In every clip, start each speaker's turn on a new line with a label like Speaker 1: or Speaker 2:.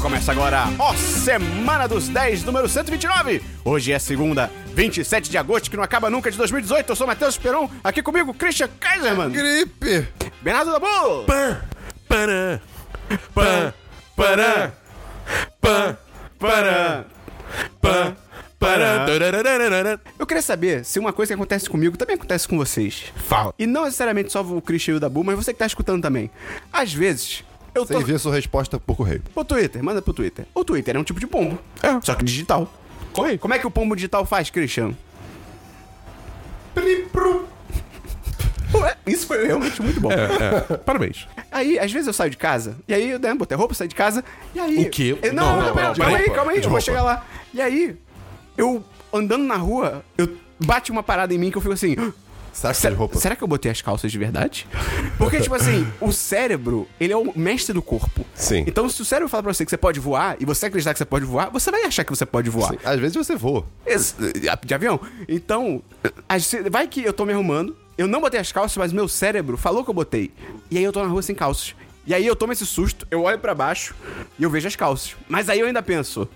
Speaker 1: Começa agora, ó, Semana dos 10, número 129. Hoje é segunda, 27 de agosto, que não acaba nunca de 2018. Eu sou Matheus Peron, aqui comigo, Christian Kaiserman,
Speaker 2: Gripe!
Speaker 1: Bernardo Dabu,
Speaker 2: Pã! Parã! Pã! Parã! Pã! Parã! Pã! Parã! Tararararara.
Speaker 1: Eu queria saber se uma coisa que acontece comigo também acontece com vocês.
Speaker 2: Fala.
Speaker 1: E não necessariamente só o Christian e o Dabu, mas você que tá escutando também. Às vezes, eu tô...
Speaker 2: Você envia sua resposta por correio.
Speaker 1: Pro Twitter, manda pro Twitter. O Twitter é um tipo de pombo,
Speaker 2: É.
Speaker 1: só que digital.
Speaker 2: Correio.
Speaker 1: Como é que o pombo digital faz, Christian? Ué, isso foi realmente muito bom.
Speaker 2: É, é. Parabéns.
Speaker 1: Aí, às vezes eu saio de casa, e aí eu né, botei roupa, saí de casa, e aí.
Speaker 2: O quê?
Speaker 1: Eu- não, não,
Speaker 2: Não,
Speaker 1: não,
Speaker 2: não,
Speaker 1: pera,
Speaker 2: não,
Speaker 1: calma
Speaker 2: peraí,
Speaker 1: aí,
Speaker 2: pô.
Speaker 1: calma aí, eu
Speaker 2: De
Speaker 1: vou
Speaker 2: roupa.
Speaker 1: chegar lá. E aí, eu andando na rua, eu bate uma parada em mim que eu fico assim. "Ah,
Speaker 2: Saco
Speaker 1: se-
Speaker 2: de roupa.
Speaker 1: Será que eu botei as calças de verdade? Porque, tipo assim, o cérebro, ele é o mestre do corpo.
Speaker 2: Sim.
Speaker 1: Então, se o cérebro falar pra você que você pode voar, e você acreditar que você pode voar, você vai achar que você pode voar.
Speaker 2: Às vezes você voa.
Speaker 1: Ex- eh, De avião. Então, as- vai que eu tô me arrumando, eu não botei as calças, mas meu cérebro falou que eu botei. E aí eu tô na rua sem calças. E aí eu tomo esse susto, eu olho pra baixo e eu vejo as calças. Mas aí eu ainda penso,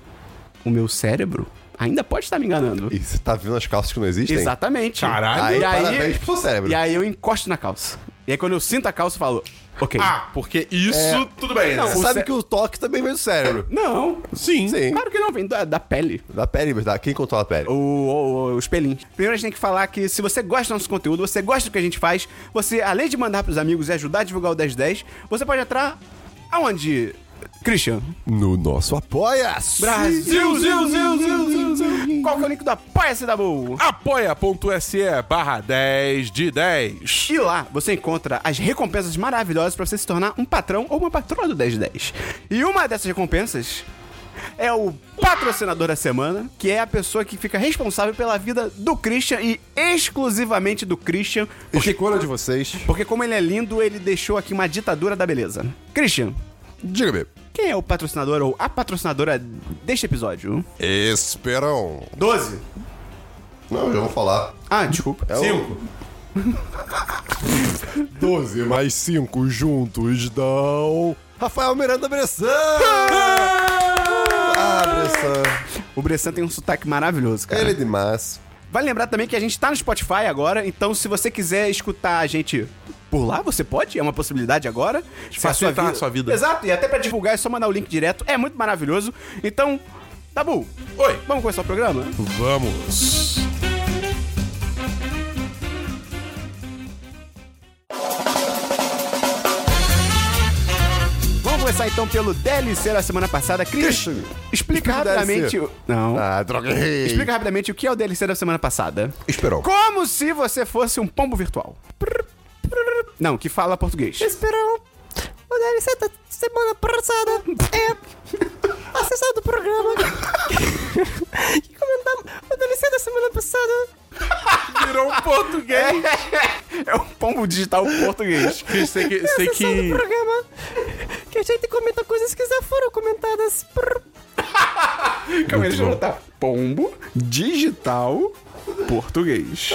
Speaker 1: o meu cérebro ainda pode estar me enganando.
Speaker 3: E você tá vendo as calças que não existem?
Speaker 1: Exatamente.
Speaker 2: Caralho.
Speaker 1: E
Speaker 3: Aí,
Speaker 1: aí,
Speaker 3: parabéns pro seu
Speaker 2: É
Speaker 3: cérebro.
Speaker 1: e aí eu encosto na calça. E aí quando eu sinto a calça, eu falo, ok.
Speaker 2: Ah, porque isso tudo bem.
Speaker 1: Não,
Speaker 2: né?
Speaker 3: Você
Speaker 1: o
Speaker 3: sabe
Speaker 1: cé-
Speaker 3: que o toque também vem do cérebro.
Speaker 1: Não,
Speaker 2: Sim.
Speaker 3: Sim.
Speaker 1: claro que não, vem da, da pele.
Speaker 3: Da pele, mas da... quem controla a pele?
Speaker 1: o, o, o- os pelinhos. Primeiro a gente tem que falar que se você gosta do nosso conteúdo, você gosta do que a gente faz, você, além de mandar pros amigos e ajudar a divulgar o 1010, você pode entrar aonde? Christian.
Speaker 3: No nosso apoia-se.
Speaker 1: Brasil,
Speaker 2: Zil, zil, zil, zil, zil.
Speaker 1: Qual que é o link do Apoia-se da Bull?
Speaker 2: apoia.se barra 10 de 10.
Speaker 1: E lá você encontra as recompensas maravilhosas pra você se tornar um patrão ou uma patroa do 1010. E uma dessas recompensas é o patrocinador da semana, que é a pessoa que fica responsável pela vida do Christian e exclusivamente do Christian, porque
Speaker 3: Escolha de vocês.
Speaker 1: Porque como ele é lindo, ele deixou aqui uma ditadura da beleza. Christian,
Speaker 3: Diga-me.
Speaker 1: quem é o patrocinador ou a patrocinadora deste episódio?
Speaker 3: Esperão.
Speaker 1: 12.
Speaker 3: Não, eu já vou falar.
Speaker 1: Ah, desculpa.
Speaker 3: É 12 mais 5 juntos dão... Rafael Miranda Bressan! ah, Bressan.
Speaker 1: O Bressan tem um sotaque maravilhoso, cara.
Speaker 3: Ele é demais.
Speaker 1: Vale lembrar também que a gente tá no Spotify agora, então se você quiser escutar a gente por lá, você pode, é uma possibilidade agora. Se
Speaker 2: Facilitar a sua vida.
Speaker 1: Exato, e até pra divulgar é só mandar o link direto, é muito maravilhoso. Então, Tabu,
Speaker 2: Oi.
Speaker 1: vamos começar o programa?
Speaker 2: Vamos.
Speaker 1: Vamos começar então pelo DLC da semana passada. Christian,
Speaker 3: Christian,
Speaker 1: explica
Speaker 3: explica o
Speaker 1: rapidamente...
Speaker 3: DLC.
Speaker 1: o- Não.
Speaker 3: Ah, droga.
Speaker 1: Explica rapidamente o que é o DLC da semana passada.
Speaker 3: Esperão.
Speaker 1: Como se você fosse um pombo virtual. Não, que fala português.
Speaker 4: Esperão, o DLC da semana passada é a sessão do programa que comentamos o DLC da semana passada.
Speaker 2: Virou um português.
Speaker 1: É um pombo digital português.
Speaker 2: Sei que.
Speaker 4: É a
Speaker 2: Sei
Speaker 4: sessão
Speaker 2: que...
Speaker 4: do programa que a gente comenta coisas que já foram comentadas. Prr.
Speaker 1: Calma, deixa eu botar. Pombo digital português.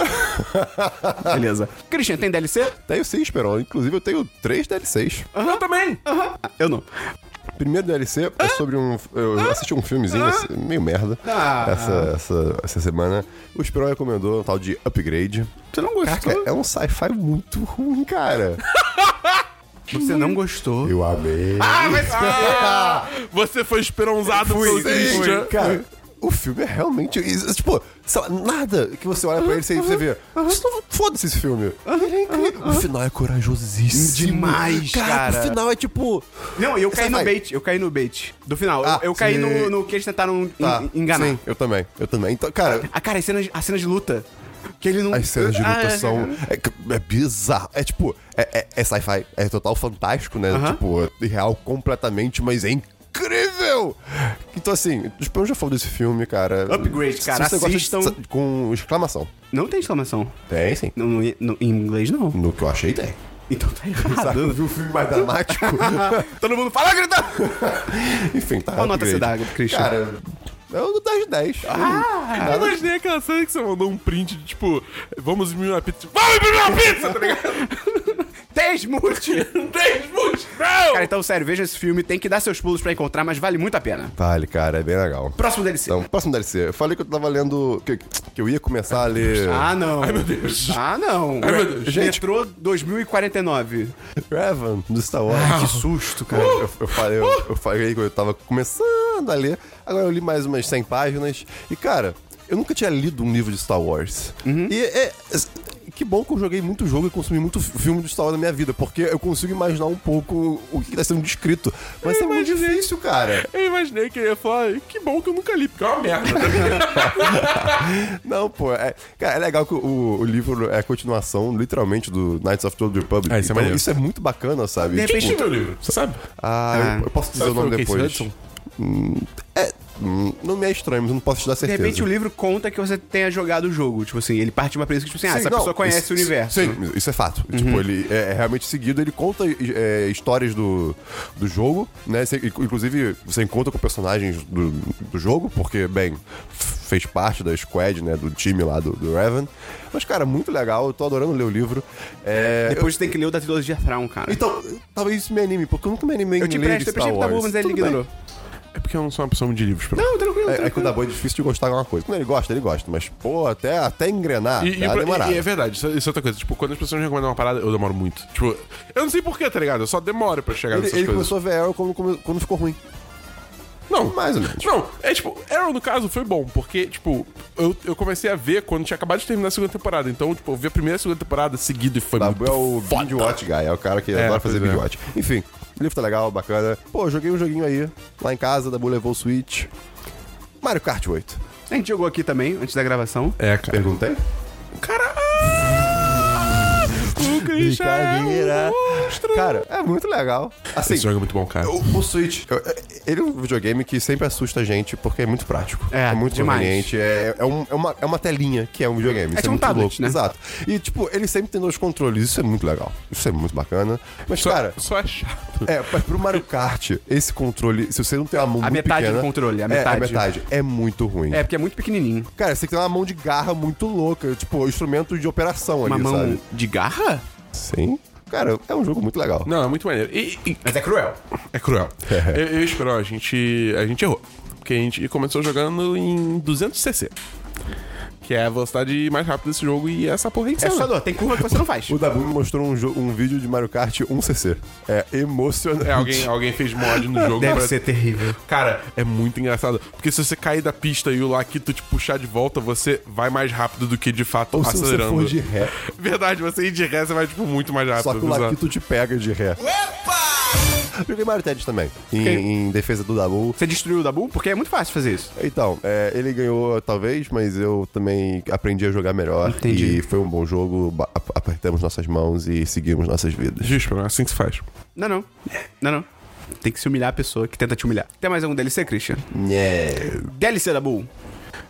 Speaker 1: Beleza. Christian, tem DLC?
Speaker 3: Tenho sim, Esperão. Inclusive, eu tenho três DLCs.
Speaker 2: Eu também.
Speaker 1: Ah, eu não.
Speaker 3: Primeiro DLC é sobre um. Eu assisti um filmezinho esse- meio merda
Speaker 1: Ah.
Speaker 3: essa, essa, essa semana. O Esperão recomendou um tal de Upgrade.
Speaker 1: Você não gostou?
Speaker 3: Cara, é um sci-fi muito ruim, cara.
Speaker 1: Você não gostou. Ah,
Speaker 3: Eu Ah! amei.
Speaker 2: Você foi esperonzado pelo
Speaker 3: Sim,
Speaker 2: Christian.
Speaker 3: cara. O filme é realmente. isso, Tipo, sei lá, nada que você olha pra ele e você vê. Isso não- Foda-se esse filme. Ele é incrível. O final é corajosíssimo.
Speaker 1: Demais, cara.
Speaker 3: O final é tipo.
Speaker 1: Não, eu caí
Speaker 3: Você
Speaker 1: no
Speaker 3: vai.
Speaker 1: bait. Eu caí no bait. Do final. Eu-
Speaker 3: Ah,
Speaker 1: eu, caí
Speaker 3: sim.
Speaker 1: no, no que eles tentaram en-
Speaker 3: Tá,
Speaker 1: enganar.
Speaker 3: Sim, eu também. Eu também. Então, cara,
Speaker 1: Ah, cara, as cenas, as cenas de luta. Que ele não.
Speaker 3: As cenas de
Speaker 1: Ah,
Speaker 3: luta
Speaker 1: é.
Speaker 3: são. É, que- é bizarro. É tipo. É, é- é sci-fi. É total fantástico, né?
Speaker 1: Aham.
Speaker 3: Tipo, é irreal completamente, mas é incrível! Então, assim, tipo, eu já falo desse filme, cara.
Speaker 1: Upgrade, cara,
Speaker 3: você gosta de-
Speaker 1: assistam.
Speaker 3: sa- com exclamação.
Speaker 1: Não tem exclamação.
Speaker 3: Tem, sim.
Speaker 1: No, no- no- em inglês, não.
Speaker 3: No que eu achei, tem.
Speaker 1: Então tá
Speaker 3: Sabe, eu
Speaker 1: errado.
Speaker 3: vi um filme mais dramático.
Speaker 1: Todo mundo fala gritando.
Speaker 3: Enfim, tá.
Speaker 1: Qual nota
Speaker 3: upgrade.
Speaker 1: você dá, Christian? Ah,
Speaker 3: Cara, é um 10 de 10.
Speaker 2: Eu imaginei é aquela cena que você mandou um print de tipo, vamos me uma pizza. Vamos me uma pizza, tá ligado?
Speaker 1: Desmute!
Speaker 2: Desmute! Não!
Speaker 1: Cara, então, sério, veja esse filme, tem que dar seus pulos pra encontrar, mas vale muito a pena.
Speaker 3: Vale, cara, é bem legal.
Speaker 1: Próximo DLC.
Speaker 3: Então, próximo DLC. Eu falei que eu tava lendo. Que, que eu ia começar a ler.
Speaker 1: Ah, não.
Speaker 2: Ai, meu Deus.
Speaker 1: Ah, não.
Speaker 2: Ai, meu Deus.
Speaker 1: Gente. Metrô 2049.
Speaker 3: Revan, do Star Wars.
Speaker 1: Ah, que susto, cara.
Speaker 3: Eu, eu- eu falei, eu, eu falei que eu tava começando a ler. Agora eu li mais umas 100 páginas. E, cara, eu nunca tinha lido um livro de Star Wars.
Speaker 1: Uhum.
Speaker 3: E é- é- Que bom que eu joguei muito jogo e consumi muito fi- filme de Star Wars na minha vida, porque eu consigo imaginar um pouco o que tá sendo descrito. Mas é muito difícil, cara.
Speaker 2: Eu imaginei que ele ia falar, que bom que eu nunca li, porque é uma merda.
Speaker 3: Não, pô. É, cara, é legal que o, o livro é a continuação, literalmente, do Knights of the Old Republic.
Speaker 2: Ah, isso é maneiro.
Speaker 3: isso é muito bacana, sabe? Tipo,
Speaker 1: De repente-
Speaker 2: Quem meu Tipo, livro? Você sabe?
Speaker 3: Ah, eu, eu posso dizer
Speaker 2: Sabe
Speaker 3: o nome
Speaker 2: foi o Casey
Speaker 3: depois.
Speaker 2: Hudson?
Speaker 3: Hum, é, hum, não me é estranho, mas eu não posso te dar
Speaker 1: De
Speaker 3: certeza.
Speaker 1: repente o livro conta que você tenha jogado o jogo. Tipo assim, ele parte de uma premissa que, tipo assim, ah,
Speaker 3: Sim,
Speaker 1: essa
Speaker 3: não,
Speaker 1: pessoa conhece
Speaker 3: isso-
Speaker 1: o universo. Uhum.
Speaker 3: Sim, isso é fato. Tipo, ele é, é realmente seguido, ele conta é, histórias do, do jogo, né? Você- inclusive, você encontra com personagens do, do jogo, porque, bem, f- fez parte da squad, né? Do time lá do, do Revan. Mas, cara, muito legal, eu tô adorando ler o livro. É,
Speaker 1: Depois você tem que ler o da trilogia Thrawn, cara.
Speaker 3: Então, talvez isso me anime, porque eu nunca me animei
Speaker 1: eu
Speaker 3: em
Speaker 1: te
Speaker 3: ler
Speaker 1: presto, eu
Speaker 3: um Star
Speaker 1: prestei pro Dabu,
Speaker 3: Wars.
Speaker 1: mas ele
Speaker 3: Tudo bem.
Speaker 1: ignorou.
Speaker 2: É porque eu não sou uma pessoa muito de livros, pelo
Speaker 1: Não, tranquilo,
Speaker 3: É, é que o
Speaker 1: tranquilo.
Speaker 3: Dabu é difícil de gostar de alguma coisa. Quando ele gosta, ele gosta. Mas, pô, até, até engrenar,
Speaker 2: E, e,
Speaker 3: dá
Speaker 2: pra-
Speaker 3: demorado.
Speaker 2: e é verdade, isso, isso é outra coisa. Tipo, quando as pessoas me recomendam uma parada, eu demoro muito. Tipo, eu não sei porquê, tá ligado? Eu só demoro pra chegar
Speaker 3: Ele,
Speaker 2: nessas
Speaker 3: ele
Speaker 2: coisas.
Speaker 3: começou a ver Arrow quando, come- quando ficou ruim.
Speaker 2: Não,
Speaker 3: Mais ou menos.
Speaker 2: Não, é tipo, Arrow no caso foi bom, porque, tipo, eu, eu comecei a ver quando tinha acabado de terminar a segunda temporada. Então, tipo, eu vi a primeira e a segunda temporada seguida e foi
Speaker 3: Dabu
Speaker 2: muito
Speaker 3: é o
Speaker 2: foda.
Speaker 3: binge watch guy, é o cara que adora fazer
Speaker 2: pois é.
Speaker 3: binge watch. Enfim, o livro tá legal, bacana. Pô, joguei um joguinho aí, lá em casa, Dabu levou o Switch. Mario Kart 8.
Speaker 1: A gente jogou aqui também, antes da gravação.
Speaker 2: É, cara.
Speaker 3: Perguntei?
Speaker 2: O Christian é
Speaker 1: né?
Speaker 2: um monstro.
Speaker 3: Cara, é muito legal. Assim,
Speaker 2: Esse jogo é muito bom, cara.
Speaker 3: O, o Switch, eu- ele é um videogame que sempre assusta a gente porque é muito prático.
Speaker 1: É,
Speaker 3: muito
Speaker 1: demais.
Speaker 3: conveniente. É, é um- é uma, é uma telinha que é um videogame. Isso
Speaker 1: tipo um
Speaker 3: muito
Speaker 1: tablet, né?
Speaker 3: Exato. E, tipo, ele sempre tem dois controles. Isso é muito legal. Isso é muito bacana. Mas,
Speaker 2: Só,
Speaker 3: cara.
Speaker 2: só é chato.
Speaker 3: É, mas pro Mario Kart, esse controle, se você não tem uma mão
Speaker 1: A
Speaker 3: muito
Speaker 1: metade
Speaker 3: pequena,
Speaker 1: do controle, a
Speaker 3: é,
Speaker 1: metade.
Speaker 3: É, metade. É muito ruim.
Speaker 1: É, porque é muito pequenininho.
Speaker 3: Cara, você tem que ter uma mão de garra muito louca, tipo, instrumento de operação
Speaker 1: Uma
Speaker 3: ali,
Speaker 1: mão
Speaker 3: sabe?
Speaker 1: de garra?
Speaker 3: Sim. Cara, é um jogo muito legal.
Speaker 2: Não, é muito maneiro. E, e-
Speaker 1: Mas é cruel.
Speaker 2: é cruel. eu, eu espero, ó, a gente, a gente errou. Porque a gente começou jogando em 200cc. Que é a velocidade mais rápida desse jogo e essa porra é
Speaker 1: É
Speaker 2: insana.
Speaker 1: assustador, tem curva que você não faz.
Speaker 3: O Dabu me mostrou um, jo- um vídeo de Mario Kart 1cc. É emocionante.
Speaker 2: É, alguém, alguém fez mod no jogo pra...
Speaker 1: terrível.
Speaker 2: Cara, é muito engraçado. Porque se você cair da pista e o Laquito te puxar de volta, você vai mais rápido do que de fato
Speaker 3: Ou se você
Speaker 2: acelerando.
Speaker 3: for de ré.
Speaker 2: Verdade, você ir de ré, você vai, tipo, muito mais rápido.
Speaker 3: Só que o
Speaker 2: exato.
Speaker 3: Laquito te pega de ré. Joguei Mario Tennis também, em,
Speaker 1: Ok.
Speaker 3: em defesa do Dabu.
Speaker 1: Você destruiu o Dabu? Porque é muito fácil fazer isso.
Speaker 3: Então, é, ele ganhou talvez, mas eu também aprendi a jogar melhor.
Speaker 1: Entendi.
Speaker 3: E foi um bom jogo, ba- ap- apertamos nossas mãos e seguimos nossas vidas.
Speaker 2: Gispa, não é assim que se faz.
Speaker 1: Não, não. Não, não. Tem que se humilhar a pessoa que tenta te humilhar. Tem mais algum DLC, Christian? DLC Dabu.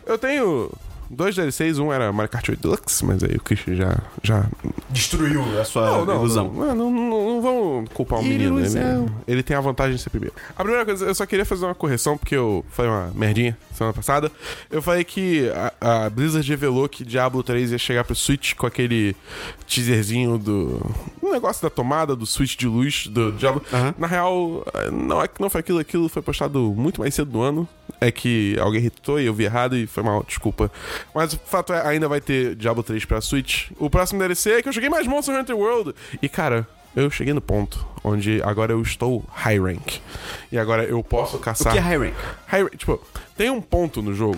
Speaker 2: Eu tenho dois DLCs, um era Mario Kart 8 Deluxe, mas aí o Christian já... já...
Speaker 1: Destruiu a sua ilusão.
Speaker 2: Não, não, não, não vamos culpar o menino. Ele,
Speaker 1: Ilusão.
Speaker 2: ele tem a vantagem de ser primeiro. A primeira coisa, eu só queria fazer uma correção, porque eu falei uma merdinha semana passada. Eu falei que a, a Blizzard revelou que Diablo 3 ia chegar pro Switch com aquele teaserzinho do... O negócio da tomada, do Switch de luz do Diablo.
Speaker 1: Aham.
Speaker 2: Na real, não é que não foi aquilo. Aquilo foi postado muito mais cedo do ano. É que alguém irritou e eu vi errado e foi mal, desculpa. Mas o fato é, ainda vai ter Diablo 3 pra Switch. O próximo DLC é que eu cheguei mais Monster Hunter World. E, cara, eu cheguei no ponto onde agora eu estou high rank. E agora eu posso
Speaker 1: O
Speaker 2: caçar...
Speaker 1: que é High Rank?
Speaker 2: High ra- tipo, tem um ponto no jogo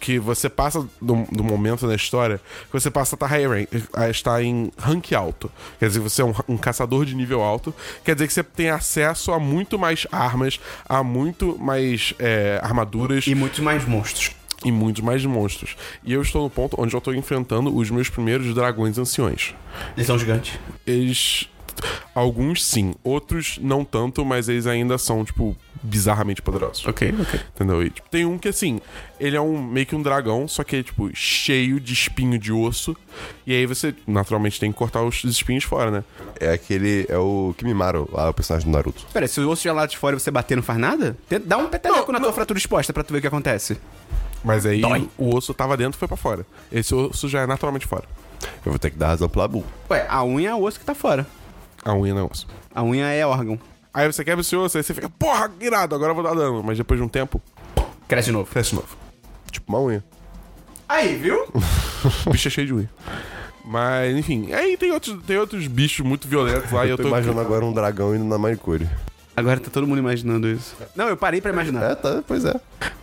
Speaker 2: que você passa do, do momento na história que você passa a estar high rank, a estar em rank alto. Quer dizer, você é um, ra- um caçador de nível alto. Quer dizer que você tem acesso a muito mais armas, a muito mais é, armaduras
Speaker 1: E muitos mais monstros.
Speaker 2: e muitos mais monstros. E eu estou no ponto onde eu estou enfrentando os meus primeiros dragões anciões.
Speaker 1: Eles são gigantes.
Speaker 2: Eles. Alguns sim, outros não tanto, mas eles ainda são, tipo, bizarramente poderosos.
Speaker 1: Ok, ok.
Speaker 2: Entendeu? E, tipo, tem um que, assim, ele é um meio que um dragão, só que é, tipo, cheio de espinho de osso. E aí você, naturalmente, tem que cortar os espinhos fora, né?
Speaker 3: É aquele. É o Kimimaro, lá, o personagem do Naruto.
Speaker 1: Pera, se o osso já lá de fora e você bater não faz nada? Tenta- Dá um peteleco na tua fratura exposta pra tu ver o que acontece.
Speaker 2: Mas aí
Speaker 1: Dói.
Speaker 2: o osso tava dentro e foi pra fora. Esse osso já é naturalmente fora.
Speaker 3: Eu vou ter que dar razão pro Labu.
Speaker 1: Ué, a unha é o osso que tá fora.
Speaker 2: A unha não é osso.
Speaker 1: A unha é órgão.
Speaker 2: Aí você quebra esse osso, aí você fica, porra, irado, agora eu vou dar dano. Mas depois de um tempo,
Speaker 1: Cresce de novo.
Speaker 2: cresce de novo.
Speaker 3: Tipo, uma unha.
Speaker 1: Aí, viu?
Speaker 2: O bicho é cheio de unha. Mas, enfim, aí tem outros, tem outros bichos muito violentos lá e eu
Speaker 3: Tô
Speaker 2: tô.
Speaker 3: imaginando agora um dragão indo na manicure.
Speaker 1: Agora tá todo mundo imaginando isso. Não, eu parei pra imaginar.
Speaker 3: É, tá, pois é.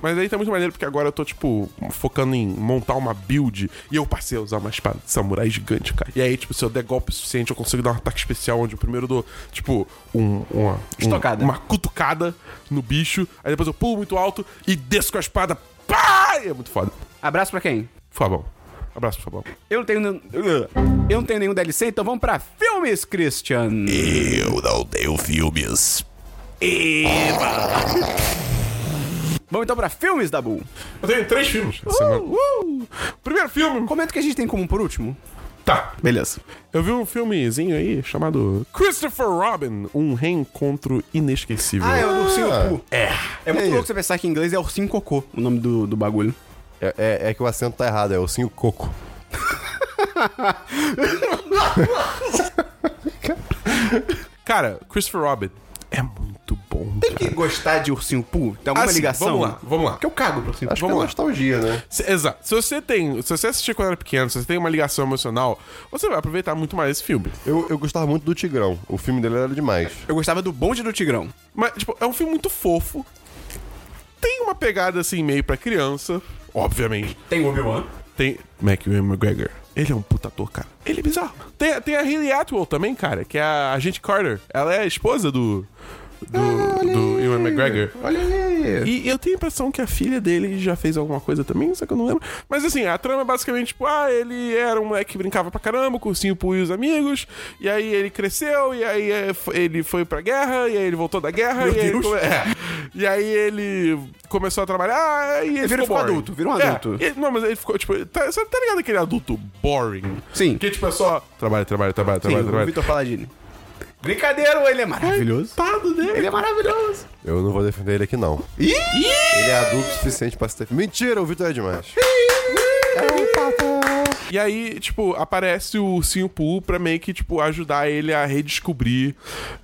Speaker 2: Mas aí tá muito maneiro porque agora eu tô, tipo, focando em montar uma build e eu passei a usar uma espada de samurai gigante, cara. E aí, tipo, se eu der golpe suficiente, eu consigo dar um ataque especial onde eu primeiro dou, tipo, um, uma. um-
Speaker 1: Estocada.
Speaker 2: uma cutucada no bicho, aí depois eu pulo muito alto e desço com a espada. Pá! E É muito foda.
Speaker 1: Abraço pra quem?
Speaker 2: Fabão. Abraço, Fabão.
Speaker 1: Eu não tenho. nen- Eu não tenho nenhum DLC, então vamos pra filmes, Christian!
Speaker 2: Eu não tenho filmes.
Speaker 1: Vamos então pra filmes, Dabu.
Speaker 2: Eu tenho três filmes. essa semana. Uh! Primeiro filme.
Speaker 1: Comenta o que a gente tem como por último.
Speaker 2: Tá.
Speaker 1: Beleza.
Speaker 2: Eu vi um filmezinho aí chamado Christopher Robin, um reencontro inesquecível.
Speaker 1: Ah, é o ursinho
Speaker 3: Ah.
Speaker 1: Poo. É. É muito
Speaker 3: É
Speaker 1: louco
Speaker 3: isso.
Speaker 1: você pensar que em inglês é ursinho cocô o nome do, do bagulho.
Speaker 3: É, é- é que o acento tá errado, é o Sinho Coco.
Speaker 2: Cara, Christopher Robin é muito bom.
Speaker 1: Tem que gostar de ursinho Poo? Tem alguma
Speaker 2: Ah, sim,
Speaker 1: ligação? né?
Speaker 2: vamos lá, vamos lá.
Speaker 1: Porque eu cago pro ursinho
Speaker 3: Acho
Speaker 1: Poo.
Speaker 3: que
Speaker 2: Vamos
Speaker 3: é
Speaker 2: lá.
Speaker 3: nostalgia, né?
Speaker 2: Se- exato. Se você tem. Se você assistiu quando era pequeno, se você tem uma ligação emocional, você vai aproveitar muito mais esse filme.
Speaker 3: Eu, eu gostava muito do Tigrão. O filme dele era demais.
Speaker 1: Eu gostava do bonde do Tigrão.
Speaker 2: Mas, tipo, é um filme muito fofo. Tem uma pegada assim, meio pra criança, obviamente.
Speaker 1: Tem o Obi-Wan.
Speaker 2: Tem. Macwin McGregor. Ele é um puta ator, cara. Ele é bizarro. Tem, tem a Hayley Atwell também, cara, que é a agente Carter. Ela é a esposa do. Do,
Speaker 1: Ah,
Speaker 2: do Ewan McGregor.
Speaker 3: Olha aí!
Speaker 2: E eu tenho a impressão que a filha dele já fez alguma coisa também, só que eu não lembro. Mas assim, a trama é basicamente tipo, ah, ele era um moleque que brincava pra caramba, cursinho pro e os amigos, e aí ele cresceu, e aí é, f- ele foi pra guerra, e aí ele voltou da guerra,
Speaker 1: Meu
Speaker 2: e, aí
Speaker 1: Deus.
Speaker 2: Ele come- é. e aí ele começou a trabalhar, ah, e ele,
Speaker 1: virou- ficou
Speaker 2: boring.
Speaker 1: adulto, virou um
Speaker 2: É.
Speaker 1: adulto.
Speaker 2: E- não, mas ele ficou, tipo, tá, sabe, tá ligado aquele adulto boring?
Speaker 1: Sim.
Speaker 2: Que tipo é só trabalho, trabalho, trabalho,
Speaker 1: Tem
Speaker 2: trabalho,
Speaker 1: o
Speaker 2: trabalho.
Speaker 1: Vitor Paladini. Brincadeira, ele é maravilhoso.
Speaker 2: Coitado dele.
Speaker 1: Ele é maravilhoso.
Speaker 3: Eu não vou defender ele aqui, não.
Speaker 1: Ih!
Speaker 3: Ele é adulto o suficiente pra se defender. Mentira, o Vitor é demais.
Speaker 2: É um E aí, tipo, aparece o Ursinho Poo pra meio que, tipo, ajudar ele a redescobrir,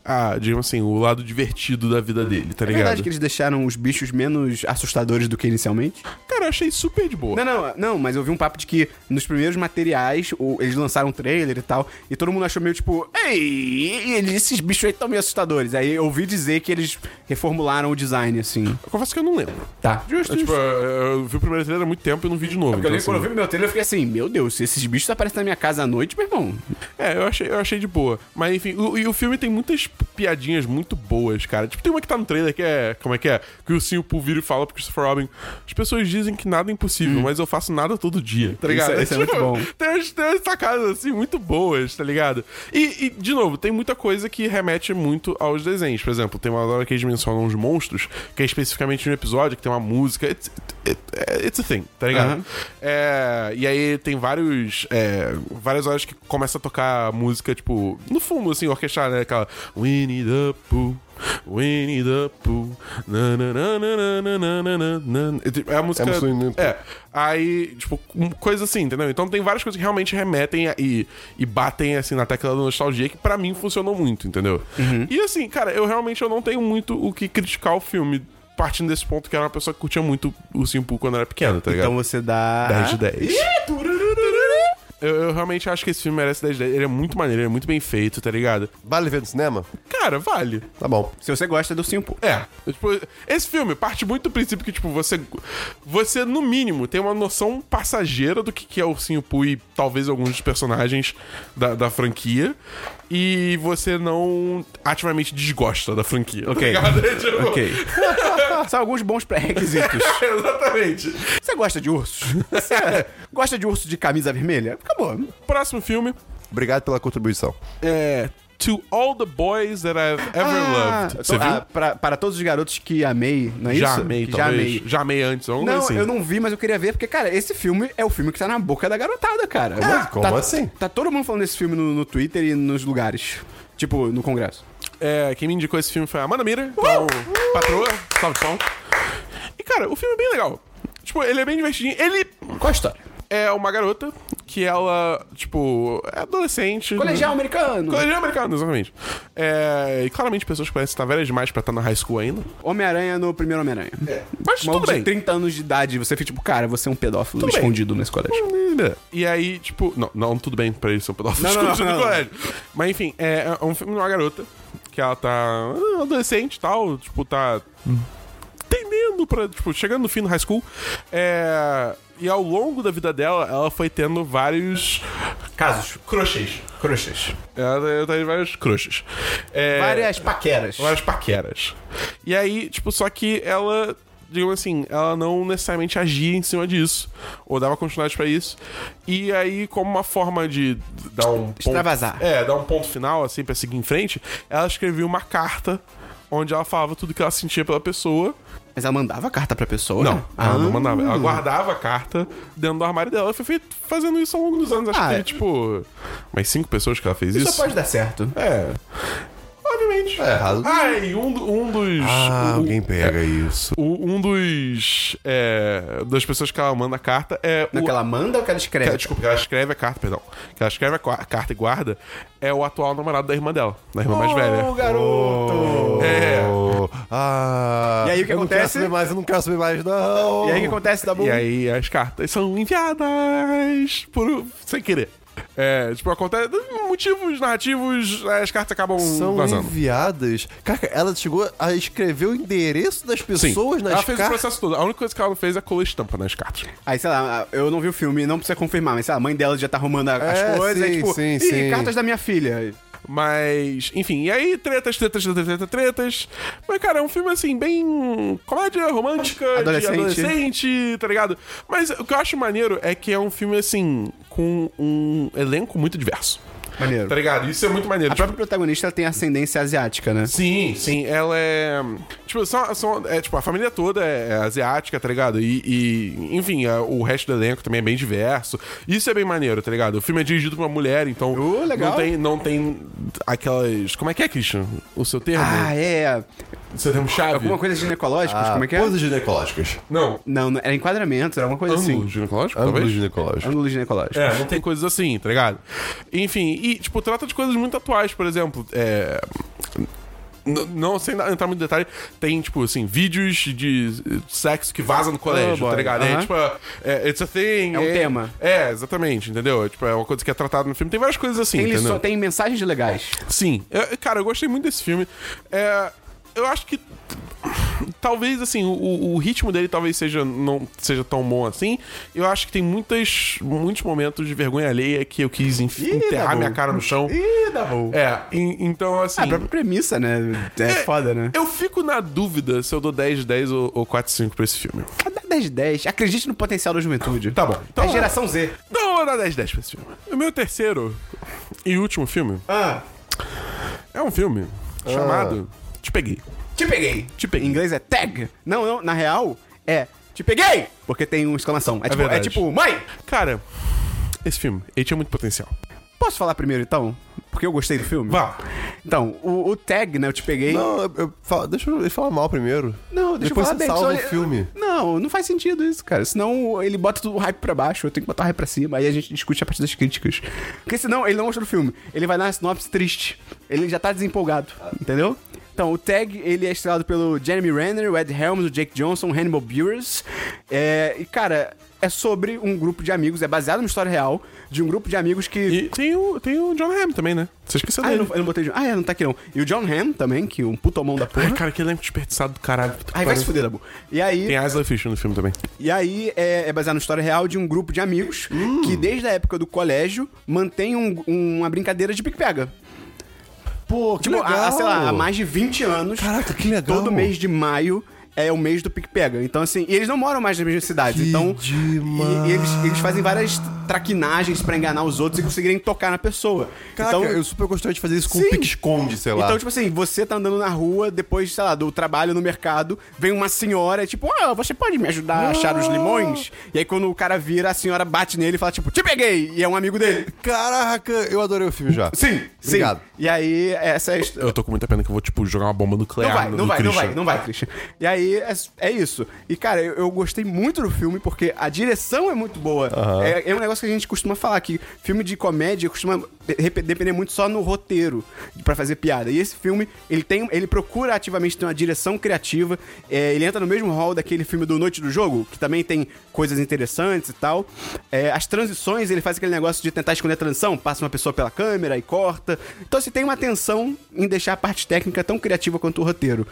Speaker 2: a, digamos assim, o lado divertido da vida dele, tá
Speaker 1: É
Speaker 2: ligado?
Speaker 1: verdade que eles deixaram os bichos menos assustadores do que inicialmente?
Speaker 2: Cara, eu achei super de boa.
Speaker 1: Não, não, não, mas eu vi um papo de que nos primeiros materiais, o- eles lançaram um trailer e tal, e todo mundo achou meio tipo, ei, eles- esses bichos aí estão meio assustadores. Aí eu ouvi dizer que eles reformularam o design, assim.
Speaker 2: Eu confesso que eu não lembro.
Speaker 1: Tá.
Speaker 2: Justo, tipo, eu eu vi o primeiro trailer há muito tempo e não vi de novo.
Speaker 1: Porque eu
Speaker 2: então,
Speaker 1: lembro quando eu
Speaker 2: assim,
Speaker 1: vi meu trailer, eu fiquei assim, meu Deus, se esses bichos aparecem na minha casa à noite, meu irmão.
Speaker 2: É, eu achei, eu achei de boa. Mas enfim, o, e o filme tem muitas piadinhas muito boas, cara. Tipo, tem uma que tá no trailer que é. Como é que é? Que o Ursinho Poo vira e fala pro Christopher Robin: As pessoas dizem que nada é impossível, mas eu faço nada todo dia. Tá ligado?
Speaker 1: Isso é- isso é muito bom.
Speaker 2: Tem umas, tem umas sacadas assim muito boas, tá ligado? E, e, de novo, tem muita coisa que remete muito aos desenhos. Por exemplo, tem uma hora que eles mencionam os monstros, que é especificamente um episódio que tem uma música. It's, it- it- it's a thing, tá ligado?
Speaker 1: Aham.
Speaker 2: É, e aí tem vários. é, várias horas que começa a tocar música, tipo, no fundo, assim, orquestrada, né? Aquela. Winnie the Pooh. Winnie the Pooh. na, na, na, na, na, na, na, na, na. É a música.
Speaker 3: É uma música-
Speaker 2: É. Aí, tipo, um- coisa assim, entendeu? Então tem várias coisas que realmente remetem a- e, e batem, assim, na tecla da nostalgia, que pra mim funcionou muito, entendeu? E assim, cara, eu realmente eu não tenho muito o que criticar o filme, partindo desse ponto que era uma pessoa que curtia muito o Simpu quando era pequena, tá ligado?
Speaker 1: Então você dá...
Speaker 2: 10 de 10. Eu, eu realmente acho que esse filme merece 10 de 10. Ele é muito maneiro, ele é muito bem feito, tá ligado?
Speaker 3: Vale ver no cinema?
Speaker 2: Cara, vale.
Speaker 3: Tá bom.
Speaker 1: Se você gosta do Simpo.
Speaker 2: É, tipo, esse filme parte muito do princípio que, tipo, você, você no mínimo, tem uma noção passageira do que que é o Ursinho Poo e talvez alguns dos personagens da, da franquia, e você não ativamente desgosta da franquia. tá
Speaker 1: Ok.
Speaker 2: ligado? É, tipo,
Speaker 1: Ok. São alguns bons pré-requisitos.
Speaker 2: Exatamente.
Speaker 1: Você gosta de ursos? Você gosta de urso de camisa vermelha? Acabou.
Speaker 2: Próximo filme
Speaker 3: Obrigado pela contribuição.
Speaker 2: é To All the Boys That I've Ever Loved. Você
Speaker 1: to-
Speaker 2: viu?
Speaker 1: ah, pra- para todos os garotos que amei, não é
Speaker 2: já
Speaker 1: isso?
Speaker 2: amei,
Speaker 1: Que
Speaker 2: talvez. Já amei. antes, alguma
Speaker 1: Não,
Speaker 2: coisa assim.
Speaker 1: eu não vi, mas eu queria ver, porque, cara, esse filme é o filme que tá na boca da garotada, cara. Como,
Speaker 3: como assim?
Speaker 1: Tá todo mundo falando desse filme no, no Twitter e nos lugares. Tipo, no Congresso.
Speaker 2: É, quem me indicou esse filme foi a Amanda Mira, então, patroa, salve de pão. E, cara, o filme é bem legal. Tipo, ele é bem divertidinho. Ele
Speaker 1: Qual a história?
Speaker 2: é uma garota que ela, tipo, é adolescente.
Speaker 1: Colegial americano.
Speaker 2: Colegial americano, exatamente. É, e claramente pessoas que parecem estar velhas demais pra estar na high school ainda.
Speaker 1: Homem-Aranha no primeiro Homem-Aranha.
Speaker 2: Mas
Speaker 1: Maluco
Speaker 2: É. tudo
Speaker 1: de
Speaker 2: bem.
Speaker 1: 30 anos de idade, você fica tipo, cara, você é um pedófilo
Speaker 2: Tudo bem.
Speaker 1: escondido nesse colégio.
Speaker 2: E aí, tipo. Não, não, tudo bem pra ele ser um pedófilo
Speaker 1: Não, não,
Speaker 2: escondido
Speaker 1: não,
Speaker 2: no
Speaker 1: não.
Speaker 2: colégio. Mas enfim, é, é um filme de uma garota que ela tá ah, adolescente e tal, tipo, tá.
Speaker 1: Hum.
Speaker 2: Tendendo pra. Tipo, chegando no fim do high school. É, E ao longo da vida dela, ela foi tendo vários. Casos. Crochês.
Speaker 1: Crochas.
Speaker 2: Ela tá tendo vários crochês. É,
Speaker 1: Várias paqueras.
Speaker 2: Várias paqueras. E aí, tipo, só que ela, digamos assim, ela não necessariamente agia em cima disso. Ou dava continuidade pra isso. E aí, como uma forma de dar um. ponto-
Speaker 1: Extravasar.
Speaker 2: é, dar um ponto final, assim, pra seguir em frente, ela escrevia uma carta onde ela falava tudo que ela sentia pela pessoa.
Speaker 1: Mas ela mandava carta pra pessoa?
Speaker 2: Não, ela não
Speaker 1: Ah.
Speaker 2: mandava. Ela guardava a carta dentro do armário dela. Ela foi feito- fazendo isso ao longo dos anos. Acho
Speaker 1: Ah,
Speaker 2: que
Speaker 1: é.
Speaker 2: teve, tipo, umas cinco pessoas que ela fez isso.
Speaker 1: Isso pode dar certo.
Speaker 2: É. Obviamente.
Speaker 3: É errado.
Speaker 2: Ai, um, do- um dos.
Speaker 3: Ah,
Speaker 2: o-
Speaker 3: alguém pega isso.
Speaker 2: o- um dos. É, das pessoas que ela manda a carta é.
Speaker 1: Não,
Speaker 2: o,
Speaker 1: que ela manda ou que ela escreve?
Speaker 2: que- desculpa, que ela escreve a carta, perdão. Que ela escreve a, qua- a carta e guarda é o atual namorado da irmã dela, da irmã mais velha.
Speaker 1: garoto!
Speaker 2: É.
Speaker 3: Oh, ah,
Speaker 1: E aí o que
Speaker 3: eu Não quero
Speaker 1: acontece?
Speaker 3: saber mais, eu não quero saber mais, não.
Speaker 1: E aí o que acontece, Dabu?
Speaker 2: E aí as cartas são enviadas por, sem querer. É, tipo, acontece. Motivos narrativos, as cartas acabam
Speaker 3: São
Speaker 2: vazando.
Speaker 3: enviadas. Cara, ela chegou a escrever o endereço das pessoas nas
Speaker 2: ela fez o
Speaker 3: cartas.
Speaker 2: processo todo. A única coisa que ela não fez é colou estampa nas cartas.
Speaker 1: Aí, sei lá, eu não vi o filme, não precisa confirmar, mas sei lá, a mãe dela já tá arrumando a- as
Speaker 3: É,
Speaker 1: coisas,
Speaker 3: sim,
Speaker 1: aí, tipo,
Speaker 3: sim,
Speaker 1: "Ih,
Speaker 3: sim.
Speaker 1: cartas da minha filha.
Speaker 2: Mas, enfim, e aí tretas, tretas, tretas, tretas, tretas. Mas, cara, é um filme assim, bem. comédia romântica,
Speaker 1: Adolescente.
Speaker 2: de adolescente, tá ligado? Mas o que eu acho maneiro é que é um filme assim, com um elenco muito diverso.
Speaker 1: Maneiro.
Speaker 2: Tá ligado? Isso é muito maneiro.
Speaker 1: A própria protagonista ela tem ascendência asiática, né?
Speaker 2: Sim, sim, ela é. Tipo, só, só, é, tipo a família toda é, é asiática, tá ligado? E, e, enfim, a- o resto do elenco também é bem diverso. Isso é bem maneiro, tá ligado? O filme é dirigido por uma mulher, então.
Speaker 1: Uh, legal.
Speaker 2: Não tem, não tem aquelas. Como é que é, Christian? O seu termo?
Speaker 1: Ah, é.
Speaker 2: O seu termo chave?
Speaker 1: Alguma coisa ginecológica?
Speaker 3: Ah,
Speaker 1: como é que é?
Speaker 3: Coisas ginecológicas.
Speaker 2: Não.
Speaker 1: Não, não, era enquadramento, era alguma coisa
Speaker 2: Ângulo
Speaker 1: assim.
Speaker 2: ginecológico,
Speaker 3: Ângulos
Speaker 2: talvez?
Speaker 3: ginecológicos.
Speaker 1: Ângulo ginecológico.
Speaker 2: É, não tem coisas assim, tá ligado? Enfim, e, tipo, trata de coisas muito atuais, por exemplo, é. n- Não, sem dar- entrar muito em detalhe, tem, tipo, assim, vídeos de eh, sexo que vaza no colégio,
Speaker 1: Ah, boy.
Speaker 2: tá ligado? É,
Speaker 1: Aham.
Speaker 2: tipo, é, it's a thing.
Speaker 1: É um tema.
Speaker 2: É, exatamente, entendeu? É, Tipo, é uma coisa que é tratada no filme. Tem várias coisas assim,
Speaker 1: Tem, lição-
Speaker 2: entendeu?
Speaker 1: tem mensagens legais.
Speaker 2: Sim. Eu- cara, eu gostei muito desse filme. É, eu acho que. Talvez, assim, o, o ritmo dele talvez seja, não seja tão bom assim. Eu acho que tem muitas, muitos momentos de vergonha alheia que eu quis enf- enterrar
Speaker 1: Dabu.
Speaker 2: minha cara no chão.
Speaker 1: Ih, dá bom. É,
Speaker 2: É, e- então, assim.
Speaker 1: a própria premissa, né? É, foda, né?
Speaker 2: Eu fico na dúvida se eu dou 10 de 10 ou, ou 4 de 5 pra esse filme.
Speaker 1: Dá 10 de 10. Acredite no potencial da juventude.
Speaker 2: Tá bom. Então,
Speaker 1: é geração Z.
Speaker 2: Não, eu vou dar 10 de 10 pra esse filme. O meu terceiro e último filme
Speaker 1: Ah,
Speaker 2: é um filme chamado Te Peguei.
Speaker 1: te peguei.
Speaker 2: Te Peguei.
Speaker 1: Em inglês é tag. Não, não, na real é te peguei! Porque tem uma exclamação. É, tipo, é
Speaker 2: verdade.
Speaker 1: tipo, mãe!
Speaker 2: Cara, esse filme, ele tinha muito potencial.
Speaker 1: Posso falar primeiro então? Porque eu gostei do filme.
Speaker 2: Vá.
Speaker 1: Então, o, o tag, né? Eu te peguei.
Speaker 3: Não, eu, eu falo- deixa eu- ele falar mal primeiro.
Speaker 1: Não, deixa
Speaker 3: Depois
Speaker 1: eu falar
Speaker 3: você
Speaker 1: bem.
Speaker 3: salva
Speaker 1: senão
Speaker 3: o filme.
Speaker 1: Não, não faz sentido isso, cara. Senão ele bota o hype pra baixo, eu tenho que botar o hype pra cima, aí a gente discute a partir das críticas. Porque senão ele não gostou do filme. Ele vai dar uma sinopse triste. Ele já tá desempolgado, entendeu? Então, o Tag, ele é estrelado pelo Jeremy Renner, o Ed Helms, o Jake Johnson, o Hannibal Buress. É, e, cara, é sobre um grupo de amigos, é baseado numa história real, de um grupo de amigos que...
Speaker 2: E tem o, tem o John Hamm também, né? Você esqueceu
Speaker 1: Ah, eu
Speaker 2: dele.
Speaker 1: não, eu não botei... Ah, é, não tá aqui não. E o John Hamm também, que é um puto mão da porra.
Speaker 2: Ai, cara, que elenco desperdiçado do caralho. Puta que
Speaker 1: Aí vai
Speaker 2: pariu.
Speaker 1: se fuder, Dabu. E aí...
Speaker 2: Tem Isla Fisher no filme também.
Speaker 1: E aí é, é baseado na história real de um grupo de amigos
Speaker 3: Hum.
Speaker 1: que, desde a época do colégio, mantém um- uma brincadeira de pique-pega.
Speaker 3: Pô, que
Speaker 1: Tipo, há, há, sei lá, há
Speaker 3: legal.
Speaker 1: mais de 20 anos.
Speaker 3: Caraca, que legal.
Speaker 1: Todo mês de maio é o mês do pique-pega. Então, assim, e eles não moram mais na mesma cidade.
Speaker 3: Que
Speaker 1: então,
Speaker 3: demais.
Speaker 1: e, e eles, eles fazem várias traquinagens pra enganar os outros e conseguirem tocar na pessoa.
Speaker 3: Caraca,
Speaker 1: então,
Speaker 3: eu super gostaria de fazer isso com
Speaker 1: Sim.
Speaker 3: um pique-esconde, sei lá.
Speaker 1: Então, tipo assim, você tá andando na rua, depois, sei lá, do trabalho no mercado, vem uma senhora, é tipo, ah, você pode me ajudar a achar
Speaker 3: Ah."
Speaker 1: os limões? E aí, quando o cara vira, a senhora bate nele e fala, tipo, te peguei! E é um amigo dele.
Speaker 3: tipo, Caraca, eu adorei o filme já.
Speaker 1: Sim,
Speaker 3: Obrigado.
Speaker 1: sim. E aí, essa é a história.
Speaker 2: Eu tô com muita pena que eu vou, tipo, jogar uma bomba nuclear
Speaker 1: Não vai,
Speaker 2: no
Speaker 1: não
Speaker 2: no
Speaker 1: vai, não
Speaker 2: Christian.
Speaker 1: vai, não vai, Christian. E aí, é, é isso. E, cara, eu, eu gostei muito do filme porque a direção é muito boa. É, é um negócio negócio que a gente costuma falar, que filme de comédia costuma rep- depender muito só no roteiro pra fazer piada. E esse filme, ele tem. Ele procura ativamente ter uma direção criativa. é, ele entra no mesmo hall daquele filme do Noite do Jogo, que também tem coisas interessantes e tal. É, as transições, ele faz aquele negócio de tentar esconder a transição, passa uma pessoa pela câmera e corta. Então, se tem uma atenção em deixar a parte técnica tão criativa quanto o roteiro.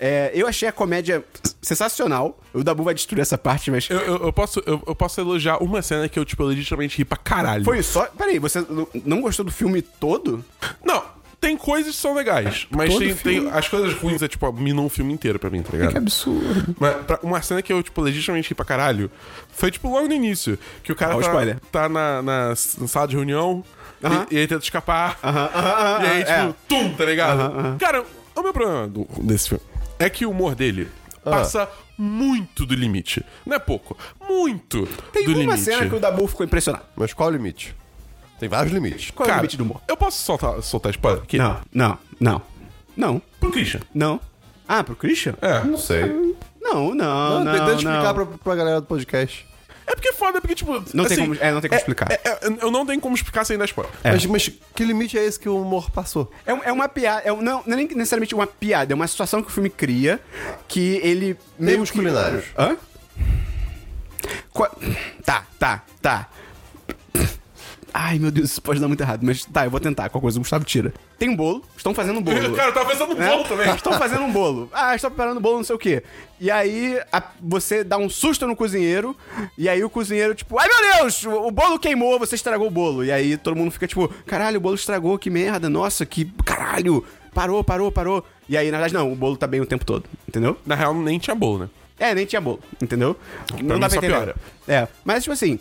Speaker 1: É, eu achei a comédia sensacional. O Dabu vai destruir essa parte, mas.
Speaker 2: Eu, eu- eu posso, eu, eu posso elogiar uma cena que eu, tipo, eu legitimamente ri pra caralho.
Speaker 1: Foi só. Peraí, você n- não gostou do filme todo?
Speaker 2: Não, tem coisas que são legais, mas
Speaker 1: Todo
Speaker 2: tem, tem-
Speaker 1: filme.
Speaker 2: as coisas ruins é, tipo, minou um filme inteiro pra mim, tá ligado?
Speaker 1: absurdo.
Speaker 2: Mas pra- uma cena que eu, tipo, legitimamente ri pra caralho foi, tipo, logo no início. Que o cara
Speaker 1: Ó, Ah, o spoiler.
Speaker 2: tá, tá na, na s- na sala de reunião
Speaker 1: Aham.
Speaker 2: e, e ele tenta escapar.
Speaker 1: aham,
Speaker 2: e aí,
Speaker 1: é.
Speaker 2: tipo, tum, tá ligado? Cara, o meu problema do- desse filme é que o humor dele
Speaker 1: Ah.
Speaker 2: passa muito do limite. Não é pouco. Muito
Speaker 1: Tem
Speaker 2: do
Speaker 1: uma
Speaker 2: limite.
Speaker 1: cena que o Dabu ficou impressionado.
Speaker 3: Mas qual o limite? Tem vários limites.
Speaker 1: Qual é o
Speaker 2: Cara,
Speaker 1: limite do humor?
Speaker 2: eu posso soltar, soltar spoiler aqui?
Speaker 1: Não, não, não. Não,
Speaker 2: Pro Christian.
Speaker 1: não. Ah, pro Christian?
Speaker 2: É.
Speaker 3: Não sei.
Speaker 1: Não, não, não.
Speaker 3: Tenta
Speaker 1: não.
Speaker 3: Ah, explicar pra, pra galera do podcast.
Speaker 2: É porque é foda, porque, tipo.
Speaker 1: Não tem como- é, não tem como explicar.
Speaker 2: é- é- eu não tenho como explicar sem dar spoiler.
Speaker 1: É.
Speaker 3: Mas, mas que limite é esse que o humor passou?
Speaker 1: É, um- é uma piada. É um- não, não é nem necessariamente uma piada, é uma situação que o filme cria que ele.
Speaker 3: Termos
Speaker 1: que-
Speaker 3: culinários.
Speaker 1: Hã? Qua- Tá, tá, tá. Ai, meu Deus, isso pode dar muito errado, mas tá, eu vou tentar. Qualquer coisa o Gustavo tira. Tem um bolo, estão fazendo um bolo.
Speaker 2: Cara, eu tava pensando no
Speaker 1: né?
Speaker 2: bolo também.
Speaker 1: Estão fazendo um bolo. Ah, estão preparando um bolo, não sei o quê. E aí a- você dá um susto no cozinheiro, e aí o cozinheiro, tipo, ai meu Deus, o, o bolo queimou, você estragou o bolo. E aí todo mundo fica tipo, caralho, o bolo estragou, que merda, nossa, que caralho, parou, parou, parou. E aí, na verdade, não, o bolo tá bem o tempo todo, entendeu?
Speaker 2: Na real, nem tinha bolo, né?
Speaker 1: É, nem tinha bolo, entendeu? não
Speaker 2: mim
Speaker 1: dá pra
Speaker 2: só
Speaker 1: entender.
Speaker 2: piora.
Speaker 1: É, mas tipo assim,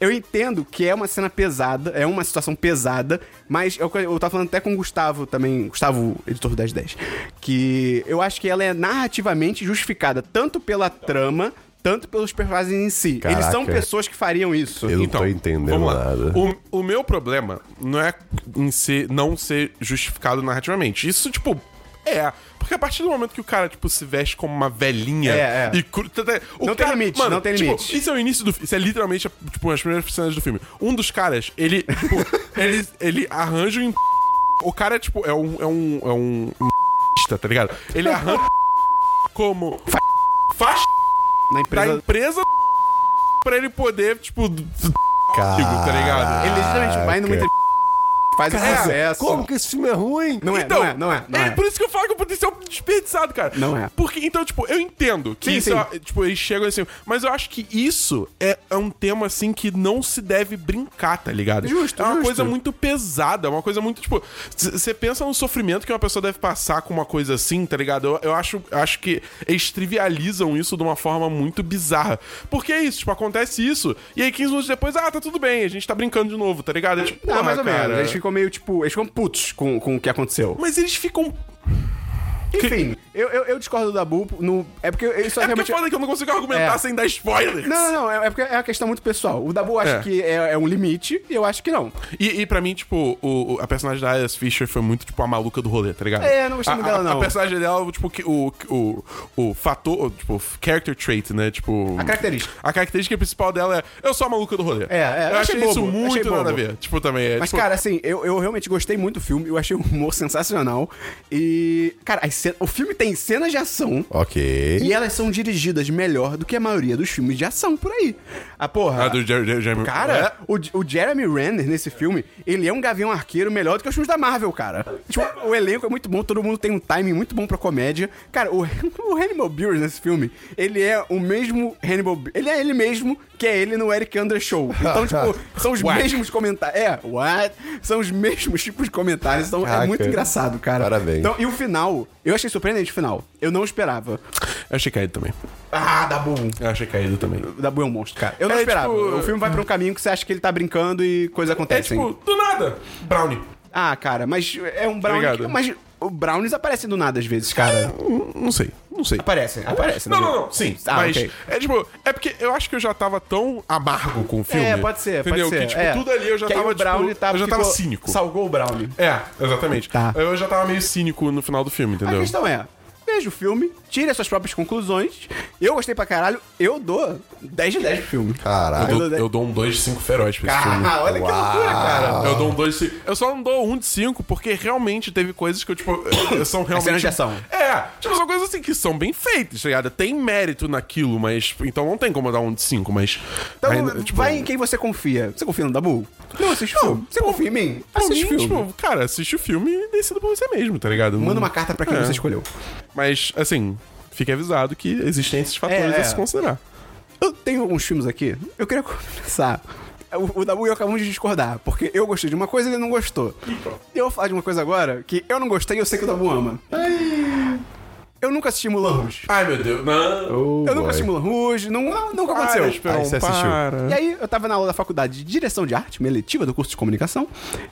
Speaker 1: eu entendo que é uma cena pesada, é uma situação pesada, mas eu, eu tava falando até com o Gustavo também, Gustavo, editor do 1010, que eu acho que ela é narrativamente justificada, tanto pela trama, tanto pelos personagens em si. Eles são
Speaker 3: Caraca.
Speaker 1: pessoas que fariam isso.
Speaker 3: Eu- não tô entendendo
Speaker 2: Então, vamos lá.
Speaker 3: nada.
Speaker 2: O, o meu problema não é em ser, não ser justificado narrativamente. Isso, tipo, é. Porque a partir do momento que o cara, tipo, se veste como uma velhinha
Speaker 1: É, é.
Speaker 2: e cru... tá- tá- o
Speaker 1: Não tem
Speaker 2: cara-
Speaker 1: limite, não tem
Speaker 2: tipo,
Speaker 1: limite.
Speaker 2: Isso é o início do fi- Isso é literalmente, tipo, as primeiras cenas do filme. Um dos caras, ele. tipo, ele, ele arranja um. O cara, tipo, é um. É um. É um. Tá ligado? Ele arranja. como. Faz
Speaker 1: Na
Speaker 2: da
Speaker 1: empresa.
Speaker 2: empresa pra ele poder, tipo, d- d- tá ligado?
Speaker 1: Ele literalmente vai no
Speaker 3: Caraca.
Speaker 1: inter... faz o processo.
Speaker 3: Como que esse filme é ruim?
Speaker 1: Não é,
Speaker 2: Então,
Speaker 1: não é, não é. Não é.
Speaker 2: por isso que eu falo que o potencial é desperdiçado, cara.
Speaker 1: Não é.
Speaker 2: Porque, então, tipo, eu entendo que
Speaker 1: Sim,
Speaker 2: isso
Speaker 1: sim.
Speaker 2: é, tipo, eles chegam assim. Mas eu acho que isso é, é um tema, assim, que não se deve brincar, tá ligado?
Speaker 1: Justo,
Speaker 2: É uma
Speaker 1: justo.
Speaker 2: coisa muito pesada, é uma coisa muito, tipo. Você pensa no sofrimento que uma pessoa deve passar com uma coisa assim, tá ligado? Eu, eu acho, acho que eles trivializam isso de uma forma muito bizarra. Porque é isso, tipo, acontece isso. E aí, 15 minutos depois, ah, tá tudo bem, a gente tá brincando de novo, tá ligado? É, tipo,
Speaker 1: Não,
Speaker 2: porra,
Speaker 1: mais ou menos.
Speaker 2: cara.
Speaker 1: Eles ficam meio tipo. Eles ficam putos com, com o que aconteceu.
Speaker 2: Mas eles ficam
Speaker 1: Enfim, eu, eu, eu discordo do Dabu. No, é porque isso
Speaker 2: É
Speaker 1: realmente.
Speaker 2: porque foda que eu não consigo argumentar
Speaker 1: É.
Speaker 2: sem dar spoilers.
Speaker 1: Não, não, não. É, é porque é uma questão muito pessoal. O Dabu acha
Speaker 2: É.
Speaker 1: que é, é um limite e eu acho que não.
Speaker 2: E, e pra mim, tipo, o, o- a personagem da Alice Fisher foi muito, tipo, a maluca do rolê, tá ligado?
Speaker 1: É, eu não gostei
Speaker 2: a,
Speaker 1: muito dela,
Speaker 2: a-
Speaker 1: não.
Speaker 2: A personagem dela, tipo, que- o, o, o fator, o, tipo, character trait, né? Tipo...
Speaker 1: A característica.
Speaker 2: A característica principal dela é, eu sou a maluca do rolê.
Speaker 1: é, eu
Speaker 2: Eu
Speaker 1: achei
Speaker 2: achei, isso
Speaker 1: bobo,
Speaker 2: muito
Speaker 1: achei bobo.
Speaker 2: nada a ver. Tipo, também é,
Speaker 1: Mas,
Speaker 2: tipo,
Speaker 1: cara, assim, eu, eu realmente gostei muito do filme. Eu achei o humor sensacional. E. Cara, as cenas- o filme tem cenas de ação.
Speaker 3: Ok.
Speaker 1: E é- elas são dirigidas melhor do que a maioria dos filmes de ação por aí. Ah, porra.
Speaker 2: Ah, do Jerry... Jerry- Jerry-
Speaker 1: Cara, o, o Jeremy Renner nesse filme, ele é um gavião arqueiro melhor do que os filmes da Marvel, cara. Tipo, o elenco é muito bom, todo mundo tem um timing muito bom pra comédia. Cara, o, o Hannibal Buress nesse filme, ele é o mesmo Hannibal... Bu- Ele é ele mesmo que é ele no Eric Andrews Show. Então, tipo, são os
Speaker 2: What?
Speaker 1: mesmos comentários. É, what? São os mesmos tipos de comentários. Então, é
Speaker 3: Caraca.
Speaker 1: muito engraçado, cara.
Speaker 3: Parabéns.
Speaker 1: Então, e o final, eu achei surpreendente o final. Eu não esperava.
Speaker 2: Eu achei caído também.
Speaker 1: Ah, Dabu.
Speaker 2: Eu achei caído também.
Speaker 1: Dabu é um monstro, cara. Eu não
Speaker 2: É,
Speaker 1: esperava.
Speaker 2: tipo-
Speaker 1: O filme vai pra um caminho que você acha que ele tá brincando e coisas
Speaker 2: É,
Speaker 1: acontecem.
Speaker 2: tipo, do nada. Brownie.
Speaker 1: Ah, cara, mas é um brownie.
Speaker 2: Obrigado.
Speaker 1: que- mas o brownies aparecem do nada às vezes, cara.
Speaker 2: Hum, Não sei, não sei.
Speaker 1: Aparecem, aparecem.
Speaker 2: Não,
Speaker 1: né?
Speaker 2: não, não, sim.
Speaker 1: Ah,
Speaker 2: mas
Speaker 1: ok.
Speaker 2: é tipo, é porque eu acho que eu já tava tão amargo com o filme.
Speaker 1: É, pode ser, pode
Speaker 2: entendeu?
Speaker 1: ser.
Speaker 2: Que tipo,
Speaker 1: é.
Speaker 2: tudo ali eu já
Speaker 1: Que aí
Speaker 2: tava
Speaker 1: o brownie
Speaker 2: tipo,
Speaker 1: tá-
Speaker 2: eu já tava
Speaker 1: ficou-
Speaker 2: cínico.
Speaker 1: Salgou o brownie.
Speaker 2: É, exatamente.
Speaker 1: Tá.
Speaker 2: Eu já tava meio cínico no final do filme,
Speaker 1: A
Speaker 2: entendeu?
Speaker 1: questão é. veja o filme, tire as suas próprias conclusões. Eu gostei pra caralho, eu dou 10 de 10 pro filme.
Speaker 3: Caralho.
Speaker 2: Eu dou,
Speaker 1: é
Speaker 2: eu dou um 2 de 5 feroz pra esse filme.
Speaker 1: Ah, olha que loucura, cara.
Speaker 2: Eu dou um 2 de 5. Eu só não dou um de 5 porque realmente teve coisas que eu, tipo, eu- são realmente.
Speaker 1: cenas de ação.
Speaker 2: É, tipo, são coisas assim que são bem feitas, tá ligado? Tem mérito naquilo, mas. Então não tem como eu dar um de 5, mas.
Speaker 1: Então,
Speaker 2: ainda, tipo,
Speaker 1: vai em quem você confia. Você confia no Dabu? Não, assiste filme. Você confia em mim?
Speaker 2: pra
Speaker 1: Assiste
Speaker 2: mim,
Speaker 1: filme.
Speaker 2: tipo, cara, assiste o filme e decida por você mesmo, tá ligado?
Speaker 1: Manda uma carta pra quem
Speaker 2: É.
Speaker 1: você escolheu.
Speaker 2: Mas, assim, fique avisado que existem esses fatores
Speaker 1: É, é.
Speaker 2: a se considerar.
Speaker 1: Eu tenho alguns filmes aqui. Eu queria começar. O, o Dabu e eu acabamos de discordar, porque eu gostei de uma coisa e ele não gostou. E eu vou falar de uma coisa agora que eu não gostei e eu sei que o Dabu ama. Eu nunca assisti Mulan Rouge.
Speaker 2: Ai, meu Deus. Não.
Speaker 3: Oh,
Speaker 1: eu nunca assisti Mulan Rouge, não, não, nunca
Speaker 2: Aconteceu. Ah,
Speaker 1: aconteceu.
Speaker 3: Aí você assistiu.
Speaker 1: E aí, eu tava na aula da faculdade de direção de arte, uma eletiva do curso de comunicação,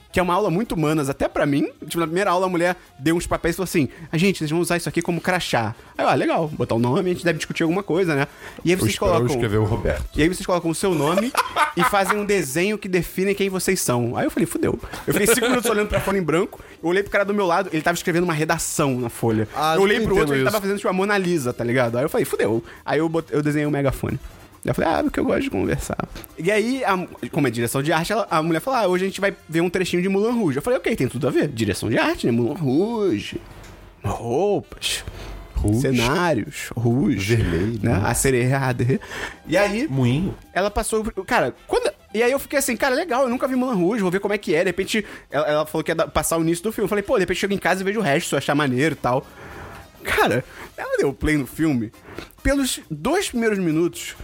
Speaker 1: que é uma aula muito humanas até pra mim. Tipo, na primeira aula a mulher deu uns papéis e falou assim: "A gente, vocês vão usar isso aqui como crachá". Aí, ó, legal, botar o nome, a gente deve discutir alguma coisa, né? E aí vocês
Speaker 3: Esperou
Speaker 1: colocam
Speaker 3: escrever o Roberto.
Speaker 1: e aí vocês colocam o seu nome e fazem um desenho que define quem vocês são. Aí eu falei, fudeu. Eu fiquei cinco minutos olhando pra folha em branco, eu olhei pro cara do meu lado, ele tava escrevendo uma redação na folha.
Speaker 3: Ah,
Speaker 1: eu olhei
Speaker 3: eu
Speaker 1: pro outro,
Speaker 3: entendo
Speaker 1: ele
Speaker 3: isso.
Speaker 1: tava fazendo tipo a Mona Lisa, tá ligado? Aí eu falei, fudeu. Aí eu, botei- eu desenhei um megafone. Aí Eu falei, ah, porque eu gosto de conversar. E aí, a- como é direção de arte, ela- a mulher falou, ah, hoje a gente vai ver um trechinho de Mulan Rouge. Eu falei, ok, tem tudo a ver. Direção de arte, né? Mulan Rouge. Roupas. Cenários. Rouge.
Speaker 3: Vermelho.
Speaker 1: Né? A sereia. a de- E aí,
Speaker 2: Moinho.
Speaker 1: ela passou. Cara, quando. E aí eu fiquei assim, cara, legal, eu nunca vi Mulan Rouge, vou ver como é que é. De repente, ela, ela falou que ia dar- passar o início do filme. Eu falei, pô, de repente chego em casa e vejo o resto, se eu achar maneiro e tal. Cara, ela deu play no filme. Pelos dois primeiros minutos,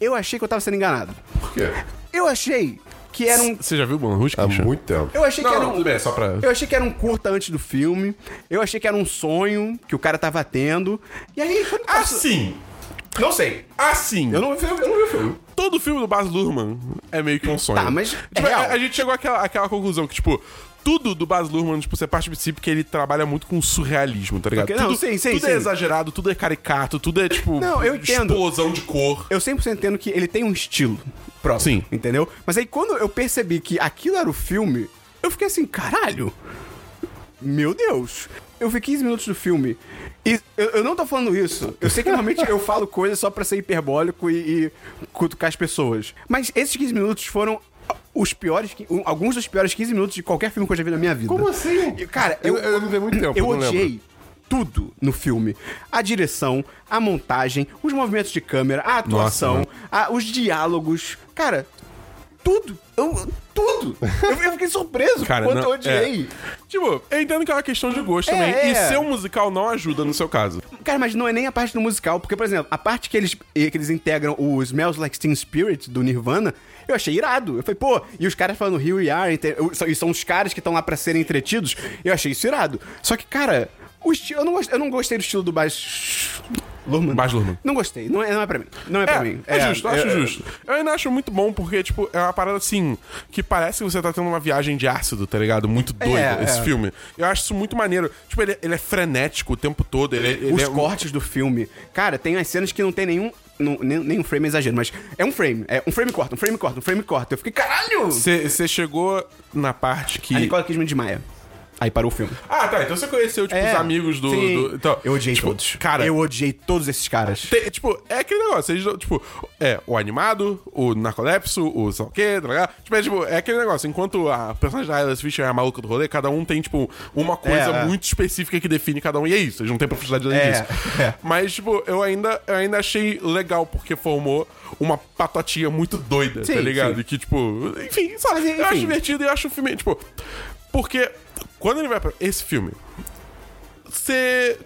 Speaker 1: eu achei que eu tava sendo enganado.
Speaker 3: Por quê?
Speaker 1: Eu achei que era um.
Speaker 2: Você já viu o Mulan Rouge,
Speaker 3: Há
Speaker 2: Christian?
Speaker 3: Tá muito é tempo.
Speaker 1: Eu achei que
Speaker 2: Não,
Speaker 1: era
Speaker 2: não,
Speaker 1: um.
Speaker 2: tudo bem, só pra-
Speaker 1: Eu achei que era um curta antes do filme. Eu achei que era um sonho que o cara tava tendo. E aí. quando passou-
Speaker 2: Assim.
Speaker 1: Ah, Não sei.
Speaker 2: Assim.
Speaker 1: Eu não, vi- eu não vi o filme.
Speaker 2: Todo filme do Baz Luhrmann é meio que um sonho.
Speaker 1: Tá, mas é
Speaker 2: Tipo, a-
Speaker 1: real.
Speaker 2: A, gente chegou àquela, àquela conclusão que, tipo, tudo do Baz Luhrmann, tipo, você parte do princípio que ele trabalha muito com surrealismo, tá ligado?
Speaker 1: Ok, não,
Speaker 2: tudo
Speaker 1: sim, sim,
Speaker 2: tudo
Speaker 1: sim.
Speaker 2: é exagerado, tudo é caricato, tudo é, tipo,
Speaker 1: Não, eu entendo.
Speaker 2: explosão de cor.
Speaker 1: eu 100% entendo que ele tem um estilo próprio.
Speaker 2: Sim.
Speaker 1: Entendeu? Mas aí quando eu percebi que aquilo era o filme, eu fiquei assim, caralho. Meu Deus. Eu vi 15 minutos do filme. E eu, eu não tô falando isso. Eu sei que normalmente eu falo coisas só pra ser hiperbólico e, e cutucar as pessoas. Mas esses 15 minutos foram os piores, qui- um- alguns dos piores 15 minutos de qualquer filme que eu já vi na minha vida.
Speaker 3: Como assim?
Speaker 1: E, Cara,
Speaker 3: Eu- eu não vi há muito tempo,
Speaker 1: Eu
Speaker 3: não lembro.
Speaker 1: odiei tudo no filme. A direção, a montagem, os movimentos de câmera, a atuação,
Speaker 2: mano.
Speaker 3: né?
Speaker 1: a- os diálogos. Cara, tudo. Eu, tudo. Eu, eu fiquei surpreso
Speaker 2: Cara,
Speaker 1: quanto
Speaker 2: não-
Speaker 1: eu odiei.
Speaker 2: Tipo, eu entendo que é uma questão de gosto
Speaker 1: É,
Speaker 2: também. E
Speaker 1: é.
Speaker 2: ser um musical não ajuda no seu caso.
Speaker 1: Cara, mas não é nem a parte do musical, porque, por exemplo, a parte que eles, eh, que eles integram o Smells Like Teen Spirit do Nirvana, eu achei irado. Eu falei, pô, e os caras falando Here We Are, ente- eu- são- e são os caras que estão lá pra serem entretidos, eu achei isso irado. Só que, cara, o estilo, eu, não, gost- eu não gostei do estilo do Baz... Luhrmann.
Speaker 2: Baz Luhrmann.
Speaker 1: Não gostei, não é, não é pra mim. Não é, pra mim.
Speaker 2: É, justo, eu acho
Speaker 1: é-
Speaker 2: justo. Eu ainda acho muito bom, porque, tipo, é uma parada assim, que parece que você tá tendo uma viagem de ácido, tá ligado? Muito doido
Speaker 1: É,
Speaker 2: esse
Speaker 1: é.
Speaker 2: filme. Eu acho isso muito maneiro. Tipo, ele, ele é frenético o tempo todo. Ele, ele
Speaker 1: Os
Speaker 2: é um-
Speaker 1: cortes do filme. Cara, tem as cenas que não tem nenhum. Não, nem, nenhum frame é exagero, mas é um frame. É um frame corta, um frame corta, um frame corta. Eu fiquei, caralho!
Speaker 2: Você você chegou na parte que.
Speaker 1: A Nicole Kidman desmaia. Aí parou o filme.
Speaker 2: Ah, tá. Então você conheceu, tipo, os amigos do.
Speaker 1: É, Sim.
Speaker 2: do- então,
Speaker 1: eu odiei
Speaker 2: tipo,
Speaker 1: todos.
Speaker 2: Cara,
Speaker 1: eu odiei todos esses caras.
Speaker 2: Tem, tipo, é aquele negócio, eles, tipo, é o animado, o narcolepso, o sei lá o quê, tá ligado? Tipo, é, tipo, é aquele negócio, enquanto a personagem da Alice Fisher é a maluca do rolê, cada um tem, tipo, uma coisa
Speaker 1: É, é.
Speaker 2: muito específica que define cada um, e é isso, eles não têm profundidade além
Speaker 1: É,
Speaker 2: disso.
Speaker 1: é.
Speaker 2: Mas, tipo, eu ainda, eu ainda achei legal, porque formou uma patotinha muito doida,
Speaker 1: Sim,
Speaker 2: tá ligado?
Speaker 1: sim.
Speaker 2: E que, tipo, enfim, sabe?
Speaker 1: Mas,
Speaker 2: Eu acho
Speaker 1: enfim.
Speaker 2: divertido e eu acho o filme, tipo, porque quando ele vai pra esse filme, você.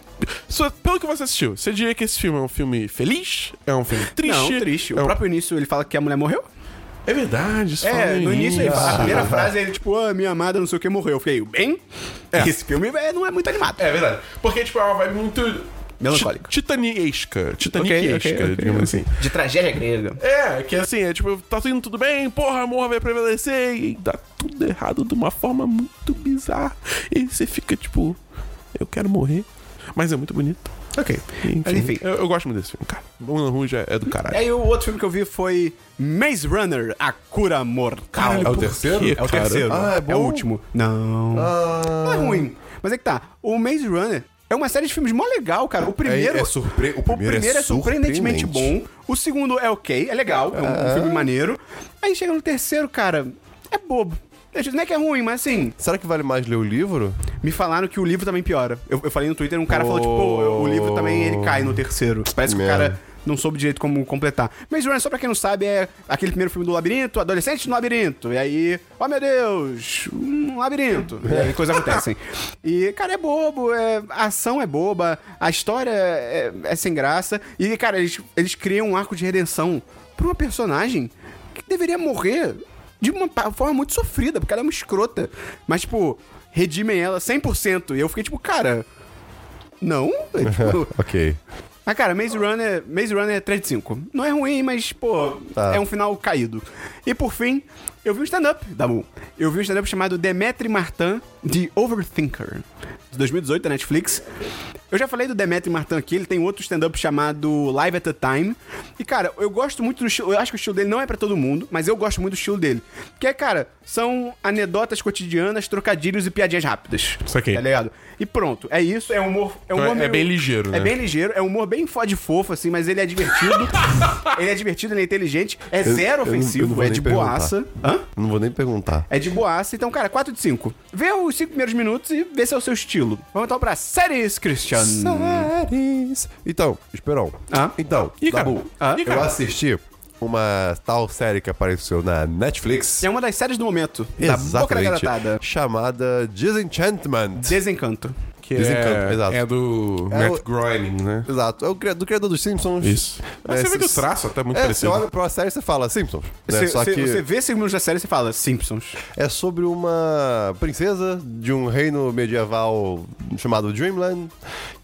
Speaker 2: só Pelo que você assistiu, você diria que esse filme é um filme feliz? É um filme triste?
Speaker 1: Não, triste.
Speaker 2: É,
Speaker 1: O
Speaker 2: um-
Speaker 1: próprio início ele fala que a mulher morreu.
Speaker 2: É verdade, isso fala
Speaker 1: É, no início, ele fala- a
Speaker 2: Ah.
Speaker 1: primeira frase é ele, tipo, ah, minha amada não sei o que morreu. Eu fiquei, bem?
Speaker 2: É.
Speaker 1: Esse filme é, não é muito animado.
Speaker 2: É verdade. Porque, tipo, é uma vibe muito.
Speaker 1: Melancólica.
Speaker 2: ti- Titaniesca.
Speaker 1: Ok,
Speaker 2: Titaniquesca,
Speaker 1: ok, ok, ok.
Speaker 2: digamos assim.
Speaker 1: De tragédia grega.
Speaker 2: É, que assim, é tipo, tá indo tudo bem, porra, a morra vai prevalecer e dá tudo errado de uma forma muito bizarra. E você fica tipo, eu quero morrer, mas é muito bonito.
Speaker 1: Ok. Mas,
Speaker 2: Enfim,
Speaker 1: enfim. um
Speaker 2: Eu, eu gosto muito desse filme, cara. Mulan Rouge é, é do caralho.
Speaker 1: E aí o outro filme que eu vi foi Maze Runner, A Cura Mortal.
Speaker 2: Caralho,
Speaker 3: É o
Speaker 2: por
Speaker 3: terceiro?
Speaker 2: quê,
Speaker 1: É o
Speaker 2: cara?
Speaker 1: terceiro.
Speaker 3: Ah, é
Speaker 1: o
Speaker 3: bom?
Speaker 1: Ah. último. Não. Não é ruim. Mas é que tá. O Maze Runner É uma série de filmes mó legal, cara. O primeiro.
Speaker 3: É- é surpre- o primeiro é
Speaker 1: surpreendentemente bom.
Speaker 3: surpreendente.
Speaker 1: O segundo é ok, é legal, é um, um filme maneiro. Aí chega no terceiro, cara, é bobo. Não é que é ruim, mas assim,
Speaker 3: Será que vale mais ler o livro?
Speaker 1: me falaram que o livro também piora. Eu, eu falei no Twitter, um cara falou, tipo, pô, o livro também ele cai no terceiro. Parece que o
Speaker 3: Merda.
Speaker 1: cara não soube direito como completar. Mas Run, só pra quem não sabe, é aquele primeiro filme do labirinto, adolescente no labirinto. E aí, oh meu Deus, um labirinto. E aí coisas acontecem. E, cara, é bobo, é- a ação é boba, a história é, é sem graça. E, cara, eles, eles criam um arco de redenção pra uma personagem que deveria morrer de uma pa- forma muito sofrida, porque ela é uma escrota. Mas, tipo, redimem ela 100%. E eu fiquei tipo, cara, não? É, tipo,
Speaker 3: Ok.
Speaker 1: mas, cara, Maze Runner, Maze Runner é 3 de 5. Não é ruim, mas, pô,
Speaker 3: Tá.
Speaker 1: é um final caído. E, por fim, eu vi um stand-up, Dabu. Eu vi um stand-up chamado Demetri Martin, The Overthinker, de 2018, da Netflix. Eu já falei do Demetri Martin aqui, ele tem outro stand-up chamado Live at a Time. E, cara, eu gosto muito do estilo, eu acho que o estilo dele não é pra todo mundo, mas eu gosto muito do estilo dele. Que é, cara, são anedotas cotidianas, trocadilhos e piadinhas rápidas.
Speaker 2: Isso aqui.
Speaker 1: Tá ligado? E pronto, é isso, é humor... É, humor
Speaker 2: É bem ligeiro, né?
Speaker 1: É bem bem ligeiro, é um humor bem fode fofo, assim, mas ele é divertido. ele é divertido, ele é inteligente, é zero
Speaker 3: eu não- eu não
Speaker 1: ofensivo,
Speaker 3: vou
Speaker 1: é
Speaker 3: nem
Speaker 1: de
Speaker 3: perguntar.
Speaker 1: boaça. Hã?
Speaker 3: Não vou nem perguntar.
Speaker 1: É de boaça, então, cara, 4 de 5. Vê os 5 primeiros minutos e vê se é o seu estilo. Vamos então pra séries,
Speaker 2: Hum.
Speaker 1: Christian.
Speaker 3: Séries. Então, Esperão.
Speaker 1: Ah.
Speaker 3: Então,
Speaker 2: Ih, cara.
Speaker 3: Dabu,
Speaker 1: Ah. Ih,
Speaker 3: eu assisti uma tal série que apareceu na Netflix.
Speaker 1: É uma das séries do momento, da boca da garotada.
Speaker 3: Chamada Disenchantment.
Speaker 1: Desencanto.
Speaker 2: Que
Speaker 3: Desencanto,
Speaker 2: é,
Speaker 3: exato.
Speaker 2: é do
Speaker 3: É
Speaker 2: Matt
Speaker 3: o-
Speaker 2: Groening, né?
Speaker 3: Exato. É o cri- do criador dos Simpsons.
Speaker 2: Isso. Mas
Speaker 3: É,
Speaker 2: você vê que o
Speaker 3: cê-
Speaker 2: traço até é muito
Speaker 3: É, você
Speaker 2: parecido.
Speaker 3: olha pra uma série e você fala Simpsons. Né?
Speaker 1: Cê-
Speaker 3: Só
Speaker 1: cê-
Speaker 3: que
Speaker 1: Você vê 5 minutos da série e você fala Simpsons.
Speaker 3: é sobre uma princesa de um reino medieval chamado Dreamland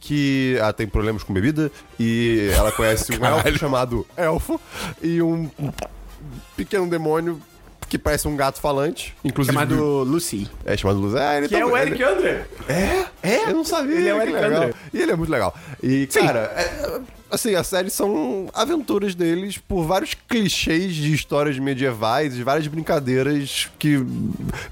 Speaker 3: que ah, tem problemas com bebida e ela conhece um elfo chamado Elfo e um pequeno demônio que parece um gato falante, inclusive
Speaker 1: Chamado Lucy.
Speaker 3: é chamado Luz. Ah, ele
Speaker 1: Que é
Speaker 3: tá-
Speaker 1: o
Speaker 3: ele-
Speaker 1: Eric Andre.
Speaker 3: É? Eu não sabia.
Speaker 1: Ele é o
Speaker 3: que
Speaker 1: Eric
Speaker 3: legal.
Speaker 1: Andre.
Speaker 3: E ele é muito legal. E,
Speaker 1: Sim.
Speaker 3: cara, é- assim, as séries são aventuras deles por vários clichês de histórias medievais, de várias brincadeiras que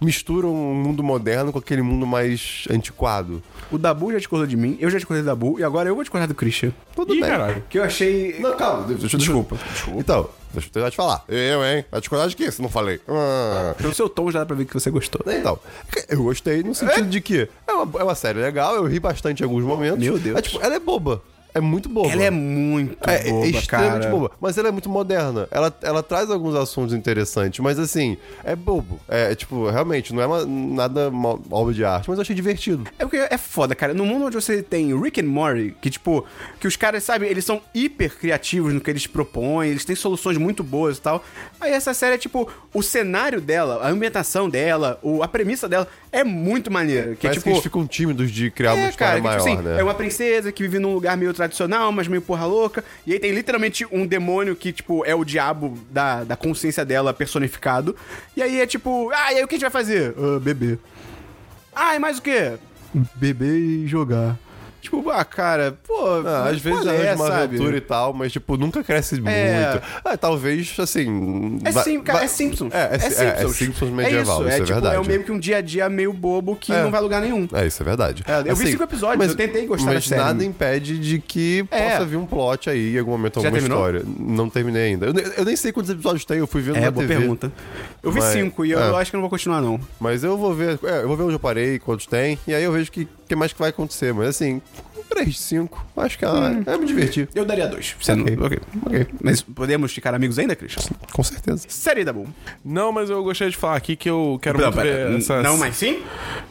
Speaker 3: misturam o mundo moderno com aquele mundo mais antiquado.
Speaker 1: O Dabu já discordou de mim, eu já discordei do Dabu, e agora eu vou discordar do Christian.
Speaker 3: Tudo
Speaker 2: Ih,
Speaker 3: bem.
Speaker 2: caralho.
Speaker 1: Que eu achei...
Speaker 3: Não, calma, deixa, deixa-
Speaker 1: Desculpa.
Speaker 3: Então, deixa eu tentar te falar. Eu, hein? Vai discordar de quê? Se não falei. Ah.
Speaker 1: Pelo seu tom já dá pra ver que você gostou.
Speaker 3: Então, eu gostei no sentido de que é uma, é uma série legal, eu ri bastante em alguns momentos.
Speaker 1: Meu Deus.
Speaker 3: É, tipo, ela é boba. É muito boba.
Speaker 1: Ela é muito
Speaker 3: É, é
Speaker 1: boba,
Speaker 3: extremamente
Speaker 1: cara.
Speaker 3: boba. Mas ela é muito moderna. Ela, ela traz alguns assuntos interessantes, mas assim, é bobo. É, é, tipo, realmente, não é uma- nada mal- obra de arte, mas eu achei divertido.
Speaker 1: É porque é foda, cara. No mundo onde você tem Rick and Morty, que tipo, que os caras, sabe, eles são hiper criativos no que eles propõem, eles têm soluções muito boas e tal. Aí essa série é tipo, o cenário dela, a ambientação dela, o, a premissa dela é muito maneira. Que
Speaker 3: Parece
Speaker 1: é
Speaker 3: que
Speaker 1: tipo.
Speaker 3: eles ficam tímidos de criar uma
Speaker 1: É, cara,
Speaker 3: história
Speaker 1: que, tipo
Speaker 3: maior,
Speaker 1: assim,
Speaker 3: né?
Speaker 1: é uma princesa que vive num lugar meio tradicional, mas meio porra louca. E aí tem literalmente um demônio que, tipo, é o diabo da, da consciência dela personificado. E aí é tipo, ah, e aí o que a gente vai fazer? Ah, beber. Ah, e mais o quê? Beber e jogar. Tipo, ah, cara, pô.
Speaker 3: Ah, às vezes
Speaker 1: qual
Speaker 3: ela é uma
Speaker 1: sabe?
Speaker 3: aventura e tal, mas, tipo, nunca cresce
Speaker 1: É.
Speaker 3: muito. Ah, talvez, assim...
Speaker 1: É,
Speaker 3: vai-
Speaker 1: sim, cara,
Speaker 3: vai-
Speaker 1: é Simpsons.
Speaker 3: É, é, é, é Simpsons medieval, isso é,
Speaker 1: tipo,
Speaker 3: verdade.
Speaker 1: É meio que um dia a dia meio bobo que
Speaker 3: É.
Speaker 1: não vai a lugar nenhum.
Speaker 3: É, isso é verdade.
Speaker 1: É, eu vi cinco episódios, eu tentei gostar
Speaker 3: Mas
Speaker 1: da série.
Speaker 3: nada impede de que
Speaker 1: É.
Speaker 3: possa vir um plot aí, em algum momento,
Speaker 1: Já
Speaker 3: alguma
Speaker 1: terminou?
Speaker 3: história. Não terminei ainda. Eu, ne- eu nem sei quantos episódios tem, eu fui vendo
Speaker 1: É,
Speaker 3: na
Speaker 1: boa
Speaker 3: TV,
Speaker 1: pergunta. Eu vi
Speaker 3: Mas-
Speaker 1: cinco e eu,
Speaker 3: é.
Speaker 1: eu acho que eu não vou continuar, não.
Speaker 3: Mas eu vou ver, é, eu vou ver onde eu parei, quantos tem, e aí eu vejo o que, que mais que vai acontecer. Mas assim, 3, 5, acho que é, é me divertir.
Speaker 1: Eu daria dois. Sendo... Hum. Ok.
Speaker 3: Ok.
Speaker 1: Mas podemos ficar amigos ainda, Christian?
Speaker 3: Com certeza.
Speaker 1: Série da Boom.
Speaker 2: Não, mas eu gostaria de falar aqui que eu quero
Speaker 1: Não,
Speaker 2: muito ver
Speaker 1: pera.
Speaker 2: essas...
Speaker 1: Não, mas sim?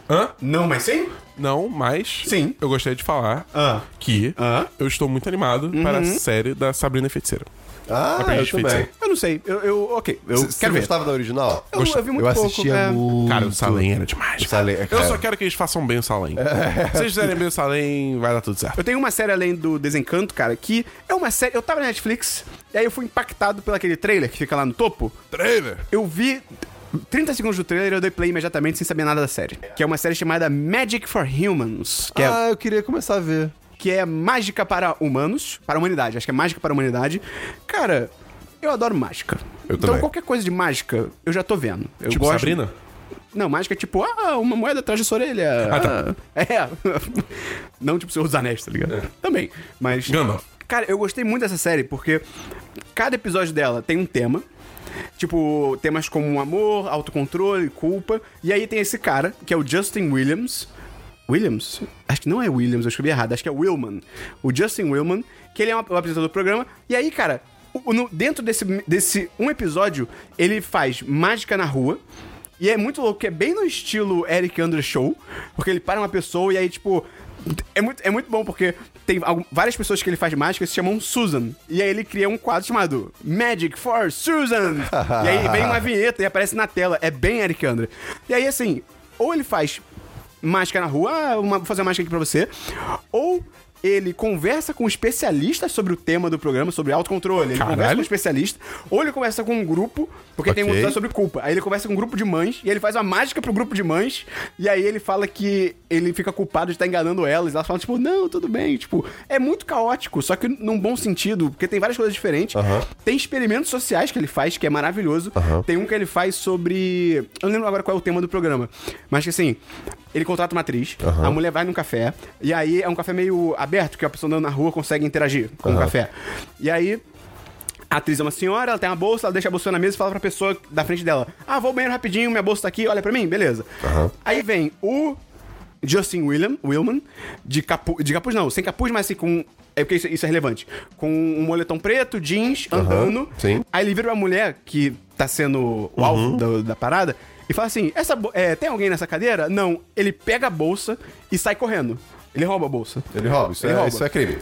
Speaker 2: Hã?
Speaker 1: Não, mas sim?
Speaker 2: Não, mas...
Speaker 1: Sim.
Speaker 2: Eu gostaria de falar
Speaker 1: Ah.
Speaker 2: que
Speaker 1: Ah.
Speaker 2: eu estou muito animado para
Speaker 1: Uhum.
Speaker 2: a série da Sabrina Feiticeira.
Speaker 3: Ah,
Speaker 2: Aprendi
Speaker 3: eu também.
Speaker 2: feiticeiro.
Speaker 1: Eu não sei. Eu, eu- ok. Eu
Speaker 3: Você
Speaker 1: quero ver.
Speaker 3: gostava da original?
Speaker 1: Eu, eu vi muito
Speaker 3: eu
Speaker 1: pouco.
Speaker 3: assistia
Speaker 1: é.
Speaker 3: muito.
Speaker 2: Cara, o Salem era demais.
Speaker 3: O Salem, é,
Speaker 2: Eu
Speaker 3: cara.
Speaker 2: só quero que eles façam bem o Salem.
Speaker 1: É.
Speaker 2: Se eles fizerem bem o Salem, vai dar tudo certo.
Speaker 1: Eu tenho uma série além do Desencanto, cara, que é uma série. Eu tava na Netflix, e aí eu fui impactado pelo aquele trailer que fica lá no topo.
Speaker 2: Trailer!
Speaker 1: Eu vi 30 segundos do trailer e eu dei play imediatamente sem saber nada da série. Que é uma série chamada Magic for Humans. Que é
Speaker 3: Ah, eu queria começar a ver.
Speaker 1: que é mágica para humanos, para a humanidade, acho que é mágica para a humanidade. Cara, eu adoro mágica.
Speaker 3: Eu
Speaker 1: então
Speaker 3: também.
Speaker 1: qualquer coisa de mágica, eu já tô vendo. Eu
Speaker 2: Tipo
Speaker 1: gosto...
Speaker 2: Sabrina?
Speaker 1: Não, mágica é tipo, ah, uma moeda atrás da sua orelha. Ah, tá. É. Não tipo Senhor dos Anéis, tá ligado? Também. Mas.
Speaker 2: Gandalf.
Speaker 1: Cara, eu gostei muito dessa série porque cada episódio dela tem um tema. Tipo, temas como amor, autocontrole, culpa. E aí tem esse cara, que é o Justin Williams. Williams? Acho que não é Williams, eu escrevi errado. Acho que é Willman. O Justin Willman, que ele é um ap- o apresentador do programa. E aí, cara, o- no- dentro desse, desse um episódio, ele faz mágica na rua. E é muito louco, que é bem no estilo Eric Andre Show. Porque ele para uma pessoa e aí, tipo... É muito, é muito bom, porque tem algum- várias pessoas que ele faz mágica se chamam Susan. E aí ele cria um quadro chamado Magic for Susan. e aí vem uma vinheta e aparece na tela. É bem Eric Andre. E aí, assim, ou ele faz máscara na rua, ah, uma, vou fazer uma máscara aqui pra você. Ou ele conversa com um especialista sobre o tema do programa, sobre autocontrole. Ele conversa com um especialista, ou ele conversa com um grupo, porque tem um
Speaker 3: Ok.
Speaker 1: episódio sobre culpa. Aí ele conversa com um grupo de mães, e ele faz uma mágica pro grupo de mães, e aí ele fala que ele fica culpado de estar enganando elas. Elas falam, tipo, não, tudo bem. Tipo, é muito caótico, só que num bom sentido, porque tem várias coisas diferentes. Tem experimentos sociais que ele faz, que é maravilhoso. Tem um que ele faz sobre. Eu não lembro agora qual é o tema do programa, mas que assim, ele contrata uma atriz, a mulher vai num café, e aí é um café meio aberto, que a pessoa andando na rua consegue interagir com o café. E aí. A atriz é uma senhora, ela tem uma bolsa, ela deixa a bolsa na mesa e fala pra pessoa da frente dela: Ah, vou ao banheiro rapidinho, minha bolsa tá aqui, olha pra mim, beleza. Aí vem o Justin William, Willman, de, capu, de capuz não, sem capuz, mas assim, com. É porque isso, isso é relevante. Com um moletom preto, jeans, andando.
Speaker 3: sim.
Speaker 1: Aí ele vira uma mulher que tá sendo o alvo da, da parada e fala assim: Essa, bo- é, tem alguém nessa cadeira? Não. Ele pega a bolsa e sai correndo. Ele rouba a bolsa.
Speaker 3: Ele rouba, isso,
Speaker 1: Ele
Speaker 3: é,
Speaker 1: rouba.
Speaker 3: isso é crime.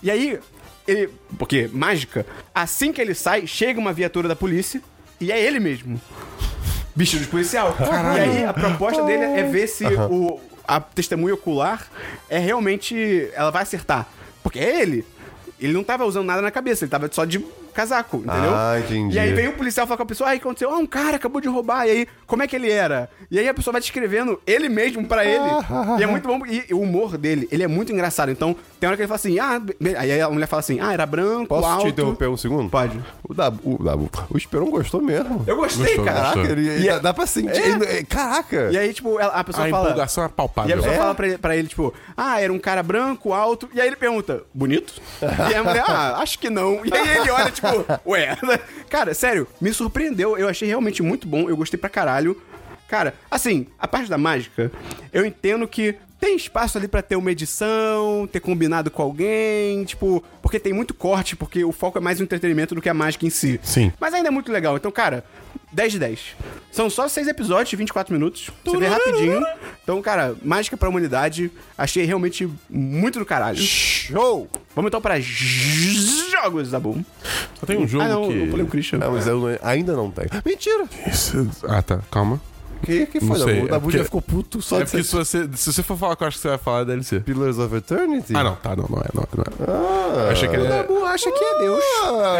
Speaker 1: E aí, ele. Porque mágica, assim que ele sai, chega uma viatura da polícia e é ele mesmo. Bicho de policial. E aí a proposta dele é ver se o, a testemunha ocular é realmente. Ela vai acertar. Porque é ele. Ele não tava usando nada na cabeça, ele tava só de casaco, entendeu?
Speaker 3: Ah, entendi.
Speaker 1: E aí vem o policial falar com a pessoa, ai, o que aconteceu? Ah, um cara acabou de roubar, e aí, como é que ele era? E aí a pessoa vai descrevendo ele mesmo pra ele. e é muito bom, e o humor dele, ele é muito engraçado. Então, tem hora que ele fala assim, ah, be- aí a mulher fala assim, ah, era branco,
Speaker 3: Posso
Speaker 1: alto.
Speaker 3: te interromper um segundo?
Speaker 1: Pode.
Speaker 3: O Dabu, o Dabu, o Esperon gostou mesmo.
Speaker 1: Eu gostei,
Speaker 2: Gostou,
Speaker 1: cara.
Speaker 2: gostou.
Speaker 3: Caraca, ele, ele
Speaker 1: E
Speaker 3: dá,
Speaker 1: é-
Speaker 3: dá pra sentir.
Speaker 1: É.
Speaker 3: ele- é, caraca!
Speaker 1: E aí, tipo, ela- a pessoa
Speaker 2: A
Speaker 1: fala...
Speaker 2: empolgação é
Speaker 1: E a
Speaker 2: palpável.
Speaker 1: pessoa fala pra ele, pra ele, tipo, ah, era um cara branco, alto. E aí ele pergunta, bonito? E a mulher, ah, acho que não. E aí ele olha, tipo, ué. Cara, sério, me surpreendeu. Eu achei realmente muito bom. Eu gostei pra caralho. Cara, assim, a parte da mágica, eu entendo que tem espaço ali pra ter uma edição, ter combinado com alguém, tipo, porque tem muito corte, porque o foco é mais o entretenimento do que a mágica em si.
Speaker 2: Sim.
Speaker 1: Mas ainda é muito legal. Então, cara, 10 de 10. São só 6 episódios de 24 minutos. Você vê rapidinho. Então, cara, Mágica pra Humanidade. Achei realmente muito do caralho. Show! Vamos então pra j- jogos, da Boom.
Speaker 2: Só tem um jogo
Speaker 1: Ah, não,
Speaker 2: que...
Speaker 1: eu falei o Christian.
Speaker 3: Ah, mas eu não- ainda não tem. Mentira!
Speaker 2: Isso- Ah, tá. Calma.
Speaker 3: Que, que
Speaker 2: Não
Speaker 3: foi,
Speaker 2: sei,
Speaker 3: Dabu?
Speaker 2: é
Speaker 3: O Dabu
Speaker 2: porque-
Speaker 3: já ficou puto só
Speaker 2: é
Speaker 3: de
Speaker 2: porque
Speaker 3: ser
Speaker 2: se você, se você for falar que eu acho que você vai falar, é DLC.
Speaker 3: Pillars of Eternity? Ah.
Speaker 2: Ah, não. Tá, não, não é. Não, é, não é. Eu achei que ele ia...
Speaker 1: Dabu acha que é Deus.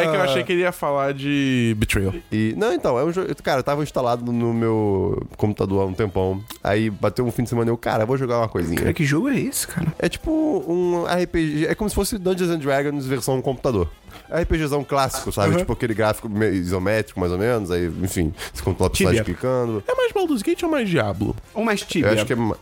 Speaker 2: É que eu achei que ele ia falar de Betrayal.
Speaker 3: E, não, então, é um jogo. Cara, tava instalado no meu computador há um tempão. Aí bateu um fim de semana e eu, cara, vou jogar uma coisinha.
Speaker 1: que jogo é esse, cara?
Speaker 3: É tipo um RPG. É como se fosse Dungeons and Dragons versão computador. É RPGzão clássico, sabe? Tipo aquele gráfico meio isométrico, mais ou menos. Aí, enfim, se controla pro
Speaker 1: Tibia.
Speaker 3: site clicando.
Speaker 2: É mais Baldur's Gate ou mais Diablo?
Speaker 1: Ou mais
Speaker 3: Eu
Speaker 1: Tibia?
Speaker 3: acho que é. ma-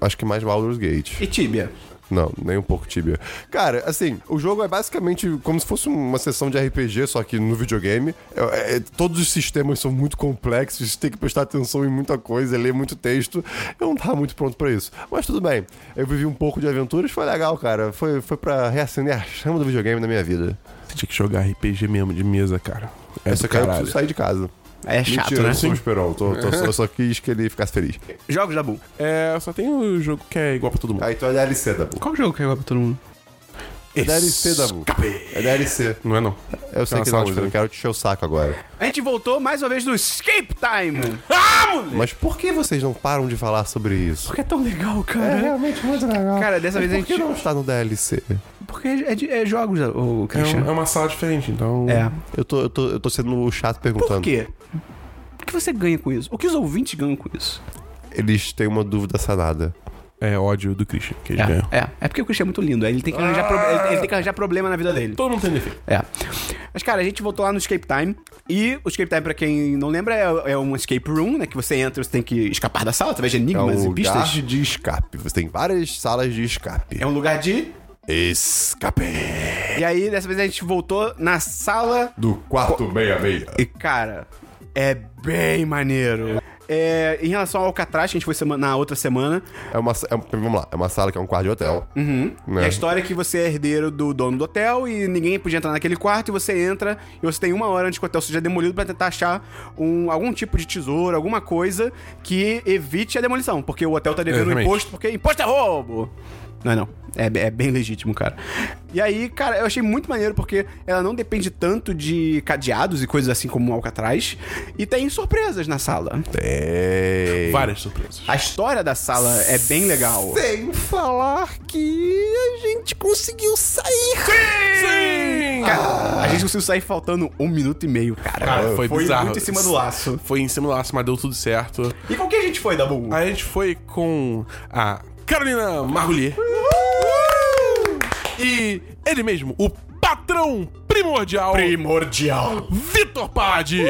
Speaker 3: Acho que mais Baldur's Gate.
Speaker 1: E Tibia?
Speaker 3: Não, nem um pouco tibia. Cara, assim, o jogo é basicamente como se fosse uma sessão de RPG, só que no videogame. É, é, todos os sistemas são muito complexos, você tem que prestar atenção em muita coisa, ler muito texto. Eu não tava muito pronto pra isso. Mas tudo bem, eu vivi um pouco de aventuras, foi legal, cara. Foi, foi pra reacender a chama do videogame na minha vida.
Speaker 2: Você tinha que jogar RPG mesmo, de mesa, cara. É
Speaker 3: Essa
Speaker 2: do
Speaker 3: cara eu
Speaker 2: caralho.
Speaker 3: preciso sair de casa.
Speaker 1: É chato,
Speaker 3: Mentira,
Speaker 1: né?
Speaker 3: eu sou um esperão. Tô, tô- eu só quis que ele ficasse feliz.
Speaker 1: Jogos, da Boom.
Speaker 2: É, só tem o jogo que é igual pra todo mundo.
Speaker 3: Aí então é DLC, Dabu.
Speaker 1: Qual jogo que é pra todo mundo? Ah,
Speaker 3: É DLC, Dabu. É DLC.
Speaker 2: Não é não.
Speaker 3: Eu sei
Speaker 2: Nossa,
Speaker 3: que não,
Speaker 2: ótimo.
Speaker 3: mas eu não quero te encher o saco agora.
Speaker 1: A gente voltou mais uma vez do Escape Time.
Speaker 3: Mas por que vocês não param de falar sobre isso?
Speaker 1: Porque é tão legal, cara.
Speaker 3: realmente muito legal.
Speaker 1: É, Cara, dessa vez a
Speaker 3: Por que
Speaker 1: gente...
Speaker 3: não está no DLC?
Speaker 1: Porque é, de- é jogos, o
Speaker 2: É, um-
Speaker 1: Christian.
Speaker 2: é uma sala diferente, então...
Speaker 1: É.
Speaker 3: Eu tô, eu tô, eu tô sendo chato perguntando.
Speaker 1: Por quê? O que você ganha com isso? O que os ouvintes ganham com isso?
Speaker 3: Eles têm uma dúvida sanada.
Speaker 2: é, ódio do Christian que ele ganhou.
Speaker 1: É, é, é porque o Christian é muito lindo. aí Ele tem que arranjar, pro- ele, ele tem que arranjar problema na vida dele.
Speaker 2: Todo mundo tem defeito.
Speaker 1: É. Mas, cara, a gente voltou lá no Escape Time. E o Escape Time, pra quem não lembra, é, é um escape room, né? Que você entra, você tem que escapar da sala através de
Speaker 3: É
Speaker 1: enigmas
Speaker 3: um
Speaker 1: e pistas.
Speaker 3: lugar de escape. Você tem várias salas de escape.
Speaker 1: É um lugar de.
Speaker 3: Escape
Speaker 1: E aí, dessa vez a gente voltou na sala.
Speaker 3: do 466.
Speaker 1: E, cara, é bem maneiro. É, em relação ao Alcatraz, que a gente foi sema- na outra semana,
Speaker 3: É uma, sa- é, um- vamos lá, é uma sala que é um quarto de hotel.
Speaker 1: é a
Speaker 3: Né?
Speaker 1: história é que você é herdeiro do dono do hotel e ninguém podia entrar naquele quarto e você entra e você tem uma hora antes que o hotel seja demolido pra tentar achar um, algum tipo de tesouro, alguma coisa que evite a demolição, porque o hotel tá devendo
Speaker 2: Exatamente.
Speaker 1: imposto, porque imposto é roubo! Não é não. É, be- é bem legítimo, cara. E aí, cara, eu achei muito maneiro porque ela não depende tanto de cadeados e coisas assim como o Alcatraz. E tem surpresas na sala.
Speaker 3: É...
Speaker 2: Várias surpresas.
Speaker 1: A história da sala é bem legal.
Speaker 3: Sem falar que a gente conseguiu sair.
Speaker 2: Sim!
Speaker 1: Cara, a gente conseguiu sair faltando um minuto e meio, cara.
Speaker 2: Cara, foi bizarro.
Speaker 1: muito em cima do laço.
Speaker 2: Foi em cima do laço, mas deu tudo certo.
Speaker 1: E com quem a gente foi, Dabu?
Speaker 2: Aí a gente foi com a Carolina Margulier. E ele mesmo, o patrão primordial,
Speaker 1: Primordial.
Speaker 2: Vitor Pade.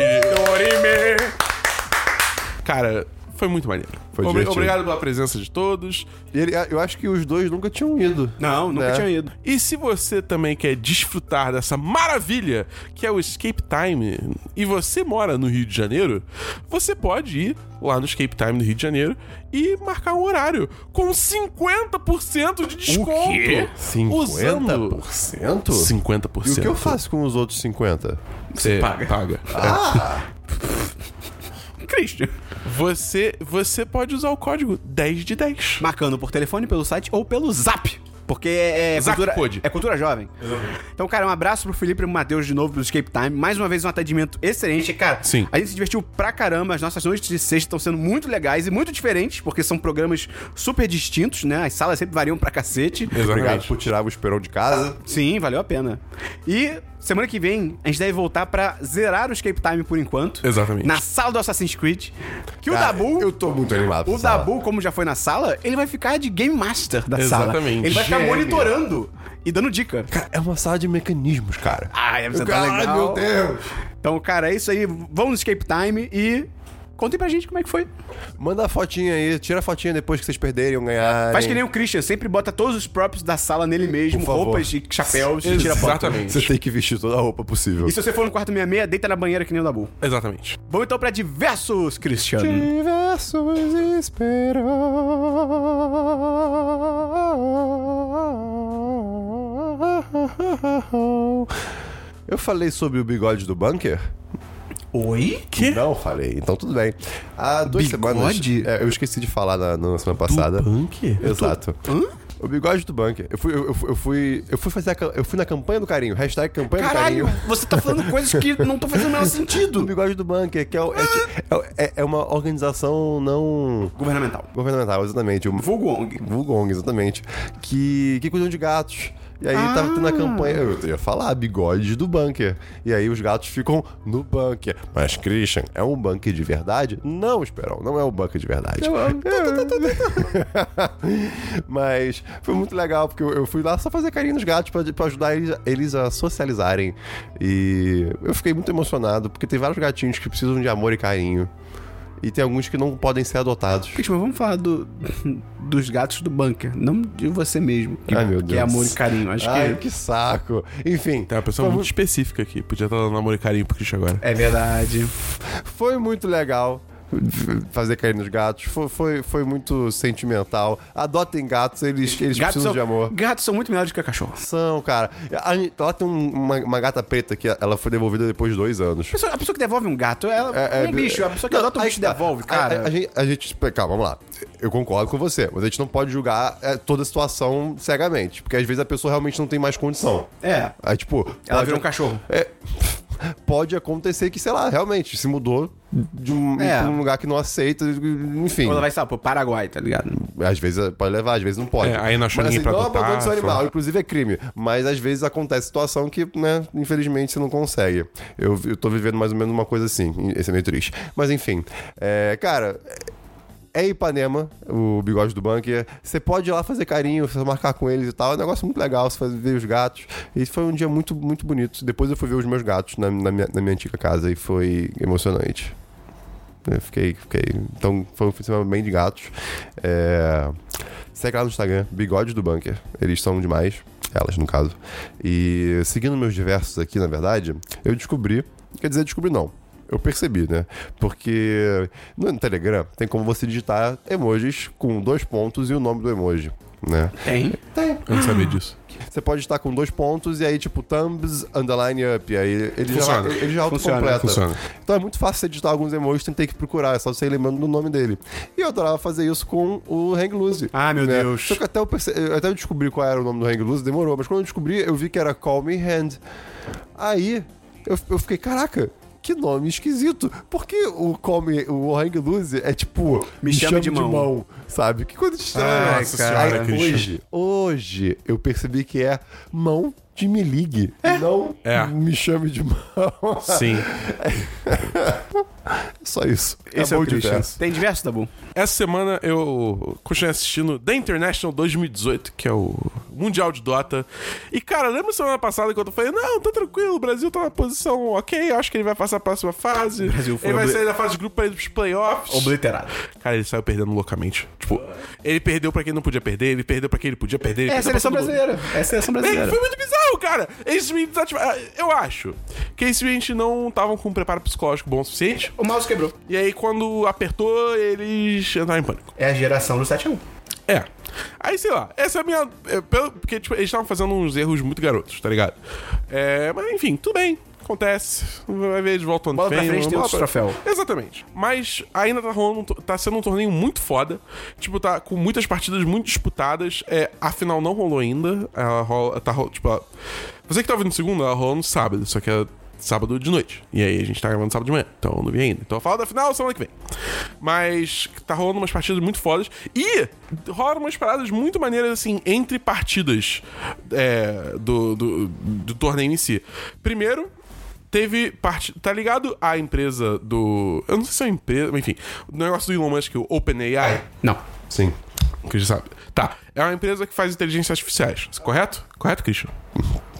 Speaker 2: Cara, foi muito maneiro.
Speaker 3: Foi
Speaker 2: Obri-
Speaker 3: divertido.
Speaker 2: obrigado pela presença de todos.
Speaker 3: E ele- eu acho que os dois nunca tinham ido.
Speaker 1: Não, nunca
Speaker 3: É.
Speaker 1: tinha ido.
Speaker 2: E se você também quer desfrutar dessa maravilha que é o Escape Time e você mora no Rio de Janeiro, você pode ir lá no Escape Time do Rio de Janeiro e marcar um horário com 50% de desconto.
Speaker 1: quê?
Speaker 2: Usando
Speaker 3: 50%?
Speaker 2: 50%.
Speaker 3: E o que eu faço com os outros 50?
Speaker 2: Você
Speaker 1: Paga.
Speaker 2: paga. Ah. É.
Speaker 1: Christian.
Speaker 2: Você, você pode usar o código 10 de 10.
Speaker 1: Marcando por telefone, pelo site ou pelo zap. Porque é, é
Speaker 2: Zap
Speaker 1: cultura,
Speaker 2: Code.
Speaker 1: é cultura jovem. Então, cara, um abraço pro Felipe e pro Matheus de novo do Escape Time. Mais uma vez um atendimento excelente. Cara,
Speaker 2: Sim.
Speaker 1: a gente se divertiu pra caramba. As nossas noites de sexta estão sendo muito legais e muito diferentes, porque são programas super distintos, né? As salas sempre variam pra cacete.
Speaker 3: Obrigado por tirar o esperão de casa.
Speaker 1: Sim, valeu a pena. E semana que vem a gente deve voltar pra zerar o Escape Time por enquanto.
Speaker 2: Exatamente.
Speaker 1: Na sala do Assassin's Creed. Que
Speaker 3: Cara,
Speaker 1: o Dabu.
Speaker 3: eu tô muito animado
Speaker 1: O
Speaker 3: pra sala.
Speaker 1: Dabu, como já foi na sala, ele vai ficar de Game Master da sala.
Speaker 2: Exatamente.
Speaker 1: Ele vai ficar
Speaker 2: Gênio.
Speaker 1: monitorando e dando dica.
Speaker 3: Cara, é uma sala de mecanismos, cara.
Speaker 1: Ah, é, você tá
Speaker 3: Ai,
Speaker 1: legal.
Speaker 3: meu Deus.
Speaker 1: Então, cara, é isso aí. Vamos no Escape Time e. Contem pra gente como é que foi.
Speaker 3: Manda a fotinha aí, tira a fotinha depois que vocês perderem ou ganharem.
Speaker 1: Faz que nem o Christian, sempre bota todos os props da sala nele mesmo,
Speaker 3: favor.
Speaker 1: roupas e chapéus e tira foto.
Speaker 2: Exatamente.
Speaker 3: Você tem que vestir toda a roupa possível.
Speaker 1: E se você for no quarto 66, deita na banheira que nem o Dabu.
Speaker 2: Exatamente.
Speaker 1: Vamos então pra diversos, Christian.
Speaker 3: Diversos esperam. Eu falei sobre o bigode do bunker?
Speaker 1: Oi?
Speaker 2: Que?
Speaker 3: Não falei, então tudo bem. Há duas
Speaker 1: Bigode?
Speaker 3: semanas. É, eu esqueci de falar na, na semana passada.
Speaker 2: Punk?
Speaker 3: Exato. O bigode do bunker. Eu fui, eu, eu fui- eu fui, eu fui fazer a, ca- eu fui na campanha do carinho. Hashtag campanha do
Speaker 1: Caralho,
Speaker 3: carinho.
Speaker 1: você tá falando coisas que não tô fazendo o menor
Speaker 3: O
Speaker 1: sentido.
Speaker 3: bigode do bunker, que é, o- é que- é- é uma organização não
Speaker 1: Governamental.
Speaker 3: governamental, exatamente. O-
Speaker 1: Vulgo ONG.
Speaker 3: Wugong, exatamente. Que, que cuidam de gatos. E aí tava tendo a campanha. Eu ia falar, bigode do bunker. E aí os gatos ficam no bunker. Mas, Christian, é um bunker de verdade? Não, Esperão, não é um bunker de verdade. Mas foi muito legal, porque eu, eu fui lá só fazer carinho nos gatos pra, pra ajudar eles, eles a socializarem. E eu fiquei muito emocionado, porque tem vários gatinhos que precisam de amor e carinho. E tem alguns que não podem ser adotados.
Speaker 1: Cristian, mas vamos falar do, dos gatos do bunker, não de você mesmo. Que,
Speaker 3: Ai, meu
Speaker 1: que
Speaker 3: Deus.
Speaker 1: é amor e carinho. Acho
Speaker 3: Ai,
Speaker 1: que.
Speaker 3: que saco. Enfim,
Speaker 2: Tem uma pessoa muito específica aqui. Podia estar dando namoro e carinho pro Christian agora.
Speaker 1: É verdade.
Speaker 3: foi muito legal fazer carinho nos gatos. Foi, foi, foi muito sentimental. Adotem gatos, eles, eles precisam de amor.
Speaker 1: gatos são muito melhores do que cachorro.
Speaker 3: São, cara. A gente- lá tem um- uma, uma gata preta que ela foi devolvida depois de dois anos.
Speaker 1: A pessoa, a pessoa que devolve um gato, ela é, um bicho. A pessoa que
Speaker 3: Não,
Speaker 1: adota um
Speaker 3: aí
Speaker 1: bicho
Speaker 3: tá.
Speaker 1: devolve,
Speaker 3: A-
Speaker 1: cara.
Speaker 3: A, a gente, a gente- Calma, vamos lá. Eu concordo com você, mas a gente não pode julgar é, toda a situação cegamente. Porque às vezes a pessoa realmente não tem mais condição.
Speaker 1: É.
Speaker 3: Aí, tipo.
Speaker 1: Ela
Speaker 3: pode-
Speaker 1: virou um cachorro.
Speaker 3: É, pode acontecer que, sei lá, realmente se mudou de um,
Speaker 1: É.
Speaker 3: pra um lugar que não aceita, enfim.
Speaker 1: Ou ela vai, sabe, pro Paraguai, tá ligado?
Speaker 3: Às vezes eh, pode levar, às vezes não pode.
Speaker 2: É, aí não achou
Speaker 3: Mas, assim,
Speaker 2: ninguém pra
Speaker 3: não
Speaker 2: adotar,
Speaker 3: abandone seu
Speaker 2: foi-
Speaker 3: animal, inclusive é crime. Mas às vezes acontece situação que, né, infelizmente você não consegue. Eu, eu tô vivendo mais ou menos uma coisa assim, esse é meio triste. Mas enfim, é, cara, é Ipanema, o bigode do bunker. Você pode ir lá fazer carinho, você marcar com eles e tal. É um negócio muito legal, você faz, vê os gatos. E foi um dia muito, muito bonito. Depois eu fui ver os meus gatos na, na minha, na minha antiga casa e foi emocionante. Eu fiquei, fiquei. Então foi um fim de semana bem de gatos. É... Segue lá no Instagram, Bigode do Bunker. Eles são demais, elas no caso. E seguindo meus diversos aqui, na verdade, eu descobri. Quer dizer, descobri não. Eu percebi, né? Porque no Telegram tem como você digitar emojis com dois pontos e o nome do emoji, né?
Speaker 1: Tem.
Speaker 3: Tem.
Speaker 2: Eu não sabia disso.
Speaker 3: Você pode estar com dois pontos e aí, tipo, thumbs, underline up. E aí ele
Speaker 2: Funciona.
Speaker 3: já, ele já
Speaker 1: Funciona,
Speaker 3: autocompleta.
Speaker 2: funciona.
Speaker 3: Então é muito fácil você digitar alguns emojis, tem que procurar, é só você ir lembrando do nome dele. E eu adorava fazer isso com o Hang Loose. né?
Speaker 1: Ah, meu Deus.
Speaker 3: Só que até eu, perce... eu- até eu descobri qual era o nome do Hang Loose, demorou. Mas quando eu descobri, eu vi que era Call Me Hand. Aí eu, eu fiquei, caraca. Que nome esquisito. Por que o come, o hang loose é tipo.
Speaker 1: Me chame de mão.
Speaker 3: Sabe? Que coisa estranha.
Speaker 1: Ai,
Speaker 2: Nossa
Speaker 1: cara.
Speaker 2: senhora,
Speaker 3: Aí,
Speaker 2: Christian.
Speaker 3: hoje, hoje, eu percebi que é mão de me ligue. Não
Speaker 2: É.
Speaker 3: me chame de mão.
Speaker 2: Sim.
Speaker 3: Só isso.
Speaker 1: Esse é, o
Speaker 3: Acabou
Speaker 1: Christian.
Speaker 3: diverso.
Speaker 1: Tem diverso, tá bom?
Speaker 2: Essa semana eu continuei assistindo The International 2018, que é o Mundial de Dota. E, cara, lembra semana passada quando eu falei, não, tá tranquilo, o Brasil tá na posição ok, acho que ele vai passar a próxima fase.
Speaker 1: Brasil foi
Speaker 2: ele vai
Speaker 1: obli-
Speaker 2: sair da fase de grupo pra ir pros playoffs.
Speaker 1: Obliterado.
Speaker 2: Cara, ele saiu perdendo loucamente. Tipo, ele perdeu pra quem não podia perder, ele perdeu pra quem ele podia perder. ele
Speaker 1: É a
Speaker 2: perdeu
Speaker 1: seleção
Speaker 2: pra todo mundo.
Speaker 1: brasileira. É a seleção
Speaker 2: É,
Speaker 1: brasileira.
Speaker 2: foi muito bizarro, cara. Eles me desativaram. tipo, ah, Eu acho que eles simplesmente não estavam com um preparo psicológico bom o suficiente.
Speaker 1: O mouse quebrou.
Speaker 2: E aí, quando apertou, eles entraram em pânico.
Speaker 1: É a geração do 7x1.
Speaker 2: É. Aí, sei lá, essa é a minha. é, pelo- porque, tipo, eles estavam fazendo uns erros muito garotos, tá ligado? É, mas enfim, tudo bem. Acontece. Vai ver, eles voltam ano
Speaker 1: Bola pra
Speaker 2: que vem,
Speaker 1: frente, tem
Speaker 2: bola
Speaker 1: outro
Speaker 2: pra-
Speaker 1: troféu.
Speaker 2: Exatamente. Mas ainda tá rolando. um to- Tá sendo um torneio muito foda. Tipo, tá com muitas partidas muito disputadas. É, a final não rolou ainda. Ela rola. Tá rola, tipo, ela- Você que tá ouvindo segunda, ela rolou no sábado, só que é sábado de noite. E aí a gente tá gravando sábado de manhã, então eu não vi ainda. Então eu falo da final semana que vem. Mas tá rolando umas partidas muito fodas. E rolam umas paradas muito maneiras, assim, entre partidas é, do, do, do torneio em si. Primeiro, Teve parte. Tá ligado a empresa do. Eu não sei se é uma empresa, mas enfim. O negócio do Elon Musk, o OpenAI,
Speaker 1: Não.
Speaker 3: Sim.
Speaker 2: o Christian sabe. Tá. É uma empresa que faz inteligências artificiais. Correto? Correto, Christian?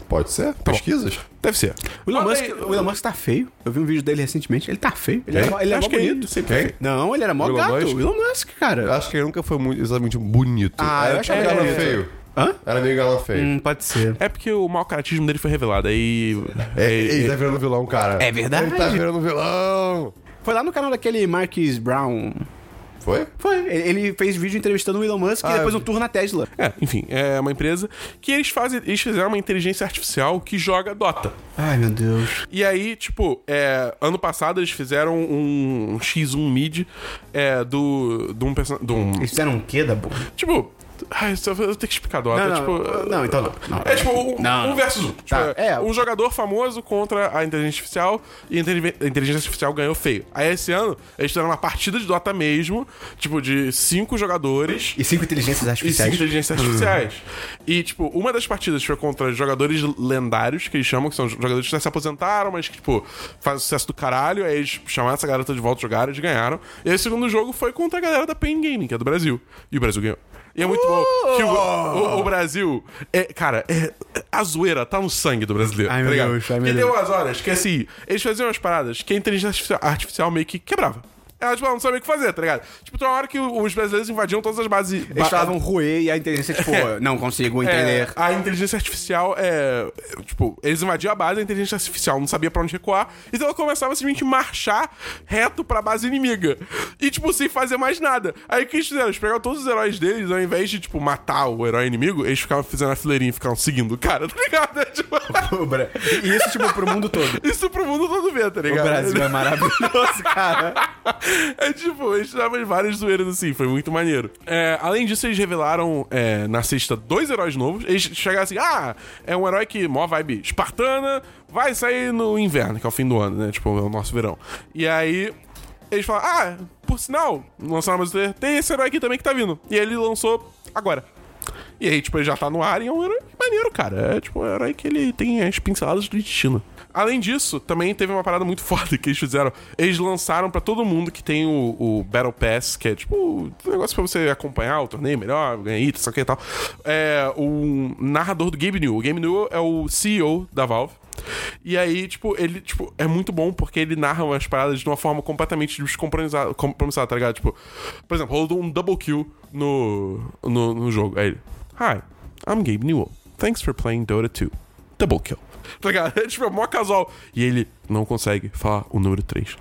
Speaker 3: Pode ser? Pesquisas?
Speaker 2: Deve ser.
Speaker 1: O Elon,
Speaker 2: Olha
Speaker 1: Musk,
Speaker 2: aí.
Speaker 1: o Elon Musk tá feio. Eu vi um vídeo dele recentemente. Ele tá feio. Ele, é, mó- ele é mó
Speaker 2: Acho que
Speaker 1: bonito.
Speaker 2: ele sempre foi.
Speaker 1: Não, ele era mó
Speaker 3: Elon
Speaker 1: gato.
Speaker 3: Musk?
Speaker 1: O Elon Musk,
Speaker 3: Eu
Speaker 1: cara.
Speaker 3: acho que ele nunca foi muito, exatamente bonito.
Speaker 1: Ah, eu
Speaker 3: era
Speaker 1: acho que
Speaker 3: meio
Speaker 1: ele
Speaker 3: galã
Speaker 1: é bonito.
Speaker 3: feio.
Speaker 1: Hã?
Speaker 3: Era meio galã feio.
Speaker 1: Hum, pode ser.
Speaker 2: É porque o mau caratismo dele foi revelado. Aí.
Speaker 3: É,
Speaker 2: aí-
Speaker 3: ele tá virando vilão, cara.
Speaker 1: É verdade.
Speaker 3: Ele tá virando vilão.
Speaker 1: Foi lá no canal daquele Marques Brown.
Speaker 3: Foi?
Speaker 1: Foi. Ele ele fez vídeo entrevistando o Elon Musk e depois um tour na Tesla.
Speaker 2: É, enfim, é uma empresa que eles fazem. Eles fizeram uma inteligência artificial que joga Dota.
Speaker 1: Ai, meu Deus.
Speaker 2: E aí, tipo, é, ano passado eles fizeram um, um X1 mid é, do. de um person- de um-
Speaker 1: Eles fizeram um quê da boca?
Speaker 2: Tipo. Ai, só- eu tenho que explicar Dota.
Speaker 1: Não, não,
Speaker 2: tipo,
Speaker 1: não, então não, não.
Speaker 2: é tipo um,
Speaker 1: Não,
Speaker 2: um
Speaker 1: não.
Speaker 2: versus um. Tipo,
Speaker 1: Tá,
Speaker 2: é,
Speaker 1: é.
Speaker 2: Um jogador famoso contra a inteligência artificial e a intelive- a inteligência artificial ganhou feio. Aí esse ano, eles fizeram uma partida de Dota mesmo, tipo, de cinco jogadores
Speaker 1: E cinco inteligências
Speaker 2: e cinco
Speaker 1: artificiais. Hum.
Speaker 2: inteligências artificiais. E, tipo, uma das partidas foi contra jogadores lendários, que eles chamam, que são jogadores que já se aposentaram, mas que, tipo, fazem sucesso do caralho. Aí eles chamaram essa garota de volta, jogaram, eles ganharam. E aí o segundo jogo foi contra a galera da Pain Gaming, que é do Brasil. E o Brasil ganhou. E é muito bom que o, o- o Brasil. É, cara, é, a zoeira tá no sangue do brasileiro.
Speaker 1: Ai, meu
Speaker 2: tá ligado?
Speaker 1: Deus, ai, meu
Speaker 2: Porque tem
Speaker 1: Deus.
Speaker 2: umas horas que assim, eles faziam umas paradas que a inteligência artificial, artificial meio que quebrava. Ela, tipo, ela não sabia o que fazer, tá ligado? Tipo, tem uma hora que os brasileiros invadiam todas as bases. ba-
Speaker 1: Eles falavam ruê e a inteligência, tipo, não consigo
Speaker 2: é,
Speaker 1: entender.
Speaker 2: a inteligência artificial é. é, Tipo, eles invadiam a base, a inteligência artificial não sabia pra onde recuar, então ela começava simplesmente a marchar reto pra base inimiga. E, tipo, sem fazer mais nada. Aí o que eles fizeram? Eles pegaram todos os heróis deles, ao invés de, tipo, matar o herói inimigo, eles ficavam fazendo a fileirinha e ficavam seguindo o cara, tá ligado? É, tipo,
Speaker 1: E isso, tipo, pro mundo todo.
Speaker 2: isso pro mundo todo ver, tá
Speaker 1: O
Speaker 2: ligado?
Speaker 1: Brasil é maravilhoso, cara.
Speaker 2: é tipo, eles tiravam várias zoeiras assim, foi muito maneiro. É, além disso, eles revelaram é, na sexta dois heróis novos. Eles chegaram assim: ah, é um herói que mó vibe espartana, vai sair no inverno, que é o fim do ano, né? Tipo, é o nosso verão. E aí. Eles falaram, ah, por sinal, lançaram mais um trailer, tem esse herói aqui também que tá vindo. E ele lançou agora. E aí, tipo, ele já tá no ar e é um herói maneiro, cara. É tipo um herói que ele tem as pinceladas do destino. Além disso, também teve uma parada muito foda que eles fizeram. Eles lançaram pra todo mundo que tem o, o Battle Pass, que é tipo um negócio pra você acompanhar o torneio melhor, ganhar itens, sei o que e tal. É o narrador do Gabe New. O Gabe New é o CEO da Valve. E aí, tipo, ele, tipo, é muito bom porque ele narra umas paradas de uma forma completamente descompromissada, compromissada, tá ligado? Tipo, por exemplo, rolou um double kill no, no, no jogo. Aí ele, Hi, I'm Gabe Newell. Thanks for playing Dota 2. Double kill. Tá ligado? É, tipo, é mó casual. E ele não consegue falar o número 3.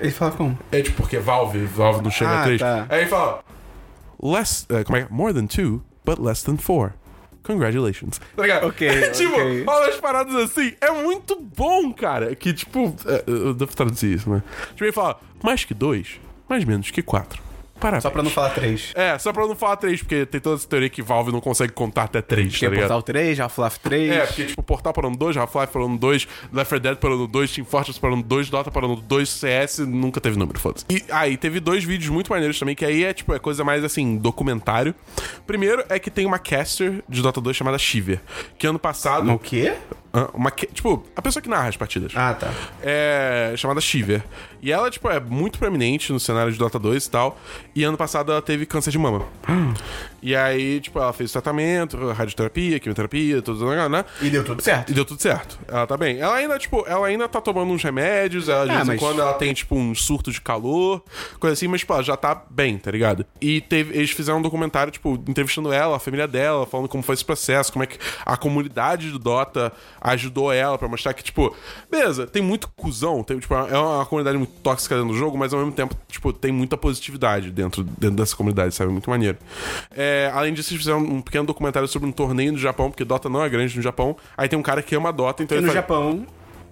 Speaker 1: Ele fala como?
Speaker 2: É tipo, porque Valve, Valve não chega
Speaker 1: Ah,
Speaker 2: a 3.
Speaker 1: tá.
Speaker 2: Aí ele fala, less, eh, como é que é? More than 2, but less than 4. Congratulations. Tá ligado?
Speaker 1: Ok,
Speaker 2: É, tipo,
Speaker 1: ok.
Speaker 2: olha as paradas assim. É muito bom, cara. Que tipo, eh, eu devo traduzir isso, né? Tipo, ele fala, mais que 2, mais menos que 4. Parabéns.
Speaker 1: Só pra não falar três.
Speaker 2: É, só pra eu não falar 3, porque tem toda essa teoria que Valve não consegue contar até 3, tá
Speaker 1: Tinha
Speaker 2: ligado?
Speaker 1: Portal 3, Half-Life 3.
Speaker 2: É, porque, tipo, Portal para ano 2, Half-Life para ano 2, Left 4 Dead para ano 2, Team Fortress para ano 2, Dota para ano 2, CS, nunca teve número, foda-se. E aí, teve dois vídeos muito maneiros também, que aí é, tipo, é coisa mais, assim, documentário. Primeiro é que tem uma caster de Dota 2 chamada Shiver, que ano passado...
Speaker 1: O quê?
Speaker 2: Ah, Uma, ca- tipo, a pessoa que narra as partidas
Speaker 1: Uhum. Ah, tá.
Speaker 2: é chamada Shiver. E ela, tipo, é muito proeminente no cenário de Dota 2 e tal. E ano passado ela teve câncer de mama. e aí, tipo, ela fez tratamento, radioterapia, quimioterapia, tudo, né?
Speaker 1: E deu tudo
Speaker 2: E
Speaker 1: certo.
Speaker 2: deu tudo certo. Ela tá bem. Ela ainda, tipo, ela ainda tá tomando uns remédios, ela de
Speaker 1: Ah,
Speaker 2: vez em
Speaker 1: mas-
Speaker 2: quando ela tem, tipo, um surto de calor, coisa assim, mas, tipo, ela já tá bem, tá ligado? E teve, eles fizeram um documentário, tipo, entrevistando ela, a família dela, falando como foi esse processo, como é que a comunidade do Dota ajudou ela pra mostrar que, tipo, beleza, tem muito cuzão, tem, tipo, é uma comunidade muito tóxica dentro do jogo, mas ao mesmo tempo, tipo, tem muita positividade dentro, dentro dessa comunidade, sabe? Muito maneiro. É, além disso, eles fizeram um pequeno documentário sobre um torneio no Japão, porque Dota não é grande no Japão. Aí tem um cara que ama Dota, então
Speaker 1: E
Speaker 2: ele
Speaker 1: no
Speaker 2: fala-
Speaker 1: Japão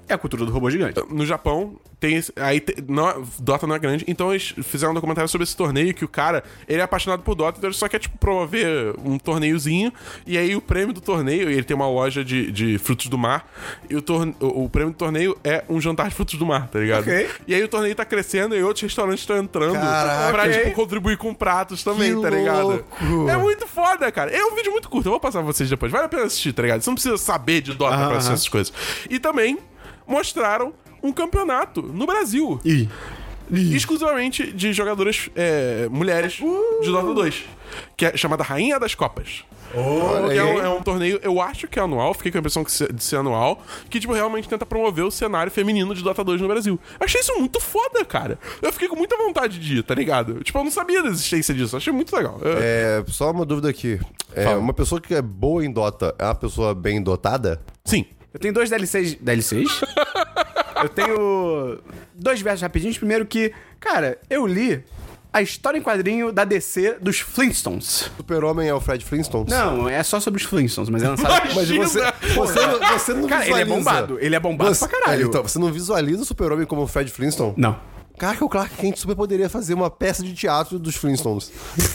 Speaker 1: é a cultura do robô gigante.
Speaker 2: no Japão tem esse, aí te- não, é- Dota não é grande, então eles fizeram um documentário sobre esse torneio que o cara, ele é apaixonado por Dota, então ele só quer tipo promover um torneiozinho e aí o prêmio do torneio, ele tem uma loja de, de frutos do mar e o, torne, o, o prêmio do torneio é um jantar de frutos do mar, tá ligado?
Speaker 1: Ok.
Speaker 2: E aí o torneio tá crescendo e outros restaurantes estão entrando
Speaker 3: Caraca.
Speaker 2: pra
Speaker 1: Ok.
Speaker 2: tipo contribuir com pratos também,
Speaker 3: Que
Speaker 2: tá ligado?
Speaker 3: louco.
Speaker 2: É muito foda, cara. É um vídeo muito curto, eu vou passar pra vocês depois. Vale a pena assistir, tá ligado? Você não precisa saber de Dota pra assistir essas coisas. E também mostraram um campeonato no Brasil.
Speaker 1: Ih.
Speaker 2: Exclusivamente de jogadoras é, mulheres de Dota 2. Que é chamada Rainha das Copas. Que é, um, é um torneio, eu acho que é anual, fiquei com a impressão que se- de ser anual, que, tipo, realmente tenta promover o cenário feminino de Dota 2 no Brasil. Eu achei isso muito foda, cara. Eu fiquei com muita vontade de ir, tá ligado? Tipo, eu não sabia da existência disso, achei muito legal. Eu-
Speaker 3: É, só uma dúvida aqui. É, uma pessoa que é boa em Dota é uma pessoa bem dotada?
Speaker 2: Sim.
Speaker 1: Eu tenho dois DLCs. DLCs? eu tenho dois versos rapidinhos. Primeiro que, cara, eu li a história em quadrinho da DC dos Flintstones.
Speaker 3: Super-Homem é o Fred Flintstone?
Speaker 1: Não, é só sobre os Flintstones, mas é lançado...
Speaker 3: Mas você, você, não- você não
Speaker 1: Cara, ele é
Speaker 3: visualiza.
Speaker 1: bombado. Ele é bombado
Speaker 3: Você-
Speaker 1: pra caralho.
Speaker 3: É, então, você não visualiza o super-homem como o Fred Flintstone?
Speaker 1: Não.
Speaker 3: Caraca, o Clark Kent super poderia fazer uma peça de teatro dos Flintstones.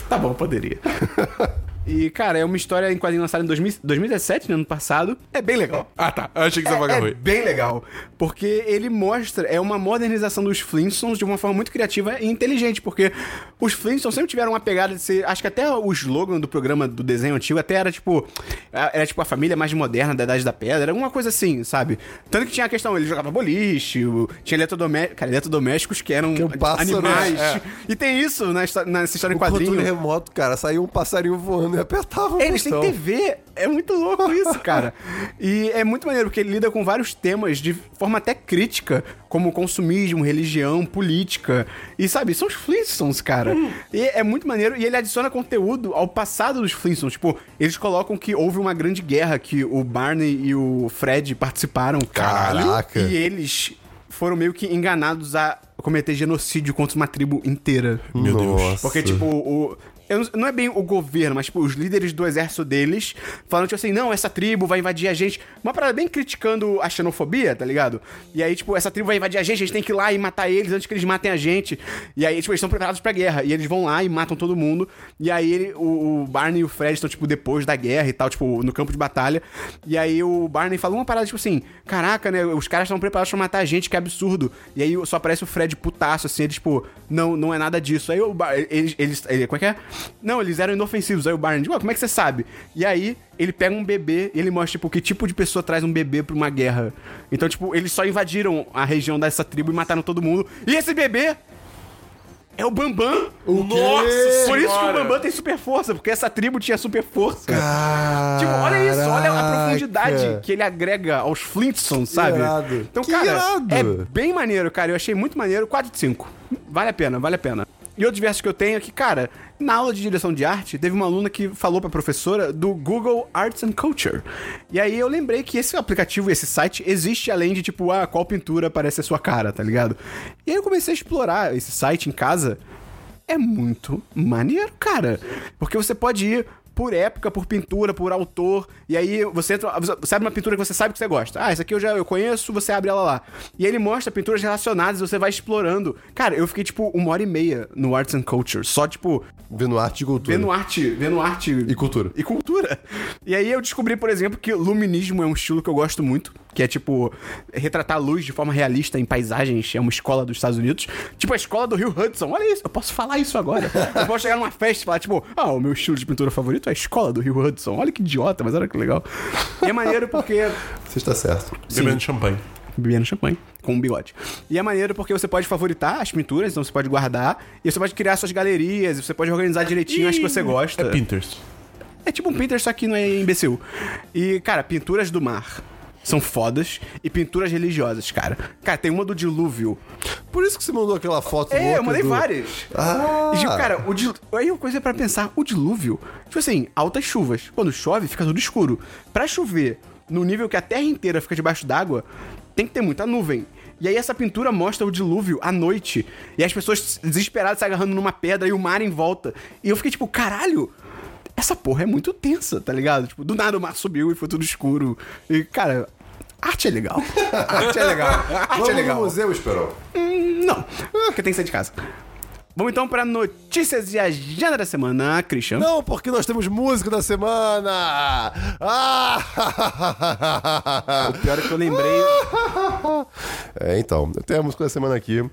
Speaker 1: Tá bom, poderia. E, cara, é uma história em quadrinho lançada em 2000 2017, no ano passado. É bem legal.
Speaker 2: Ah, tá. Eu achei que você ia
Speaker 1: É,
Speaker 2: pagar
Speaker 1: é
Speaker 2: ruim.
Speaker 1: bem legal. Porque ele mostra, é uma modernização dos Flintstones de uma forma muito criativa e inteligente, porque os Flintstones sempre tiveram uma pegada de ser. Acho que até o slogan do programa do desenho antigo até era tipo. a- Era tipo a família mais moderna da Idade da Pedra, era alguma coisa assim, sabe? Tanto que tinha a questão, ele jogava boliche, o- tinha eletrodomésticos, cara, eletrodomésticos que eram
Speaker 3: um pássaro,
Speaker 1: animais.
Speaker 3: é.
Speaker 1: E tem isso na histó- nessa história em
Speaker 3: Controle
Speaker 1: quadrinho.
Speaker 3: remoto, cara, saiu um passarinho voando e apertava o
Speaker 1: Eles têm
Speaker 3: botão.
Speaker 1: TV. É muito louco isso, cara. e é muito maneiro, porque ele lida com vários temas de forma até crítica, como consumismo, religião, política. E sabe, são os Flintstones, cara. E é muito maneiro. E ele adiciona conteúdo ao passado dos Flintstones. Tipo, eles colocam que houve uma grande guerra que o Barney e o Fred participaram.
Speaker 3: Caraca.
Speaker 1: E eles foram meio que enganados a cometer genocídio contra uma tribo inteira.
Speaker 2: Meu Deus.
Speaker 3: Nossa.
Speaker 1: Porque, tipo, o. eu não- Não é bem o governo, mas tipo, os líderes do exército deles falando, tipo assim, não, essa tribo vai invadir a gente. Uma parada bem criticando a xenofobia, tá ligado? E aí, tipo, essa tribo vai invadir a gente, a gente tem que ir lá e matar eles antes que eles matem a gente. E aí, tipo, eles estão preparados pra guerra. E eles vão lá e matam todo mundo. E aí, ele- o, o Barney e o Fred estão, tipo, depois da guerra e tal, tipo, no campo de batalha. E aí, o Barney fala uma parada, tipo assim, caraca, né, os caras estão preparados pra matar a gente, que absurdo. E aí, só aparece o Fred putaço, assim, ele, tipo, não, não é nada disso. Aí, o Bar- eles, eles, ele- como é que é? Não, eles eram inofensivos. Aí o Barney diz, ué, como é que você sabe? E aí ele pega um bebê e ele mostra, tipo, que tipo de pessoa traz um bebê pra uma guerra. Então, tipo, eles só invadiram a região dessa tribo e mataram todo mundo. E esse bebê é o Bambam.
Speaker 2: Nossa
Speaker 1: Por isso que o
Speaker 2: Senhora!
Speaker 1: Bambam tem super força, porque essa tribo tinha super força. Tipo, olha isso, olha a profundidade que ele agrega aos Flintstones, sabe?
Speaker 3: irado.
Speaker 1: Então,
Speaker 3: Que
Speaker 1: cara,
Speaker 3: irado.
Speaker 1: é bem maneiro, cara. Eu achei muito maneiro. 4 de 5. Vale a pena, vale a pena. E outros versos que eu tenho é que, cara, na aula de direção de arte, teve uma aluna que falou pra professora do Google Arts and Culture. E aí eu lembrei que esse aplicativo, esse site, existe além de, tipo, ah, qual pintura parece a sua cara, tá ligado? E aí eu comecei a explorar esse site em casa é muito maneiro, cara. Porque você pode ir por época, por pintura, por autor, e aí você entra, você abre uma pintura que você sabe que você gosta. Ah, essa aqui eu já eu conheço, você abre ela lá. E aí ele mostra pinturas relacionadas, você vai explorando. Cara, eu fiquei tipo uma hora e meia no Arts and Culture, só tipo
Speaker 3: Vendo arte e cultura.
Speaker 1: vendo arte, vendo arte
Speaker 3: E cultura.
Speaker 1: e cultura. E aí eu descobri, por exemplo, que luminismo é um estilo que eu gosto muito, que é tipo retratar a luz de forma realista em paisagens, é uma escola dos Estados Unidos, tipo a escola do Rio Hudson. Olha isso, eu posso falar isso agora. Eu posso chegar numa festa e falar tipo, ah, o meu estilo de pintura favorito é a escola do Rio Hudson. Olha que idiota, mas olha que legal. E é maneiro porque
Speaker 3: Você está certo.
Speaker 2: Bebendo champanhe.
Speaker 1: bebendo champanhe com um bigode. E é maneiro porque você pode favoritar as pinturas, então você pode guardar, e você pode criar suas galerias, e você pode organizar direitinho as que você gosta.
Speaker 2: É Pinterest.
Speaker 1: É tipo um Pinterest, só que não é imbecil. E, cara, pinturas do mar são fodas e pinturas religiosas, cara. Cara, tem uma do dilúvio.
Speaker 3: Por isso que você mandou aquela foto
Speaker 1: É,
Speaker 3: louca
Speaker 1: eu mandei
Speaker 3: do-
Speaker 1: várias.
Speaker 3: Ah.
Speaker 1: E, tipo, cara, o dilúvio. Aí uma coisa pra pensar: o dilúvio, tipo assim, altas chuvas. Quando chove, fica tudo escuro. Pra chover no nível que a terra inteira fica debaixo d'água, tem que ter muita nuvem. E aí essa pintura mostra o dilúvio à noite. E as pessoas desesperadas se agarrando numa pedra e o mar em volta. E eu fiquei tipo, caralho, essa porra é muito tensa, tá ligado? Tipo, do nada o mar subiu e foi tudo escuro. E, cara, arte é legal. arte é legal. Arte
Speaker 3: Vamos
Speaker 1: é legal.
Speaker 3: no museu, Esperão.
Speaker 1: Não, porque tem que sair de casa. Vamos então pra notícias e agenda da semana, Christian.
Speaker 3: Não, porque nós temos música da semana! Ah!
Speaker 1: Pior é que eu lembrei.
Speaker 3: É, então, eu tenho a música da semana aqui.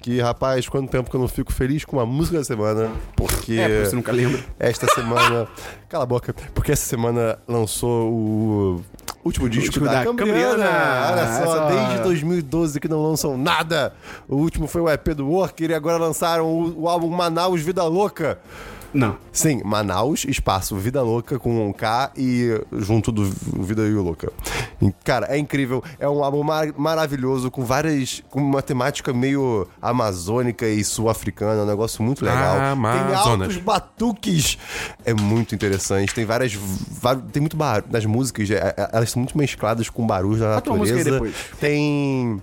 Speaker 3: Que, rapaz, quanto tempo que eu não fico feliz com a música da semana. Porque.
Speaker 1: É, porque você nunca lembra.
Speaker 3: Esta semana. Cala a boca. Porque essa semana lançou o. Último disco
Speaker 1: disco
Speaker 3: da,
Speaker 1: da
Speaker 3: Cambriana.
Speaker 1: Cambriana.
Speaker 3: Olha só,
Speaker 1: Olha só.
Speaker 3: desde 2012 que não lançam nada. O último foi o EP do Worker e agora lançaram o, o álbum Manaus Vida Louca.
Speaker 1: Não.
Speaker 3: Sim, Manaus, espaço, Vida Louca com um K e junto do Vida e o Louca. E, Cara, é incrível, é um álbum mar- maravilhoso, com várias. com uma temática meio amazônica e sul-africana, um negócio muito legal. Tem
Speaker 2: Amazonas.
Speaker 3: altos batuques. É muito interessante. Tem várias. va- Tem muito barulho. Nas músicas, é- é- elas são muito mescladas com barulhos da
Speaker 1: Bota uma música aí
Speaker 3: natureza.
Speaker 1: depois.
Speaker 3: Tem.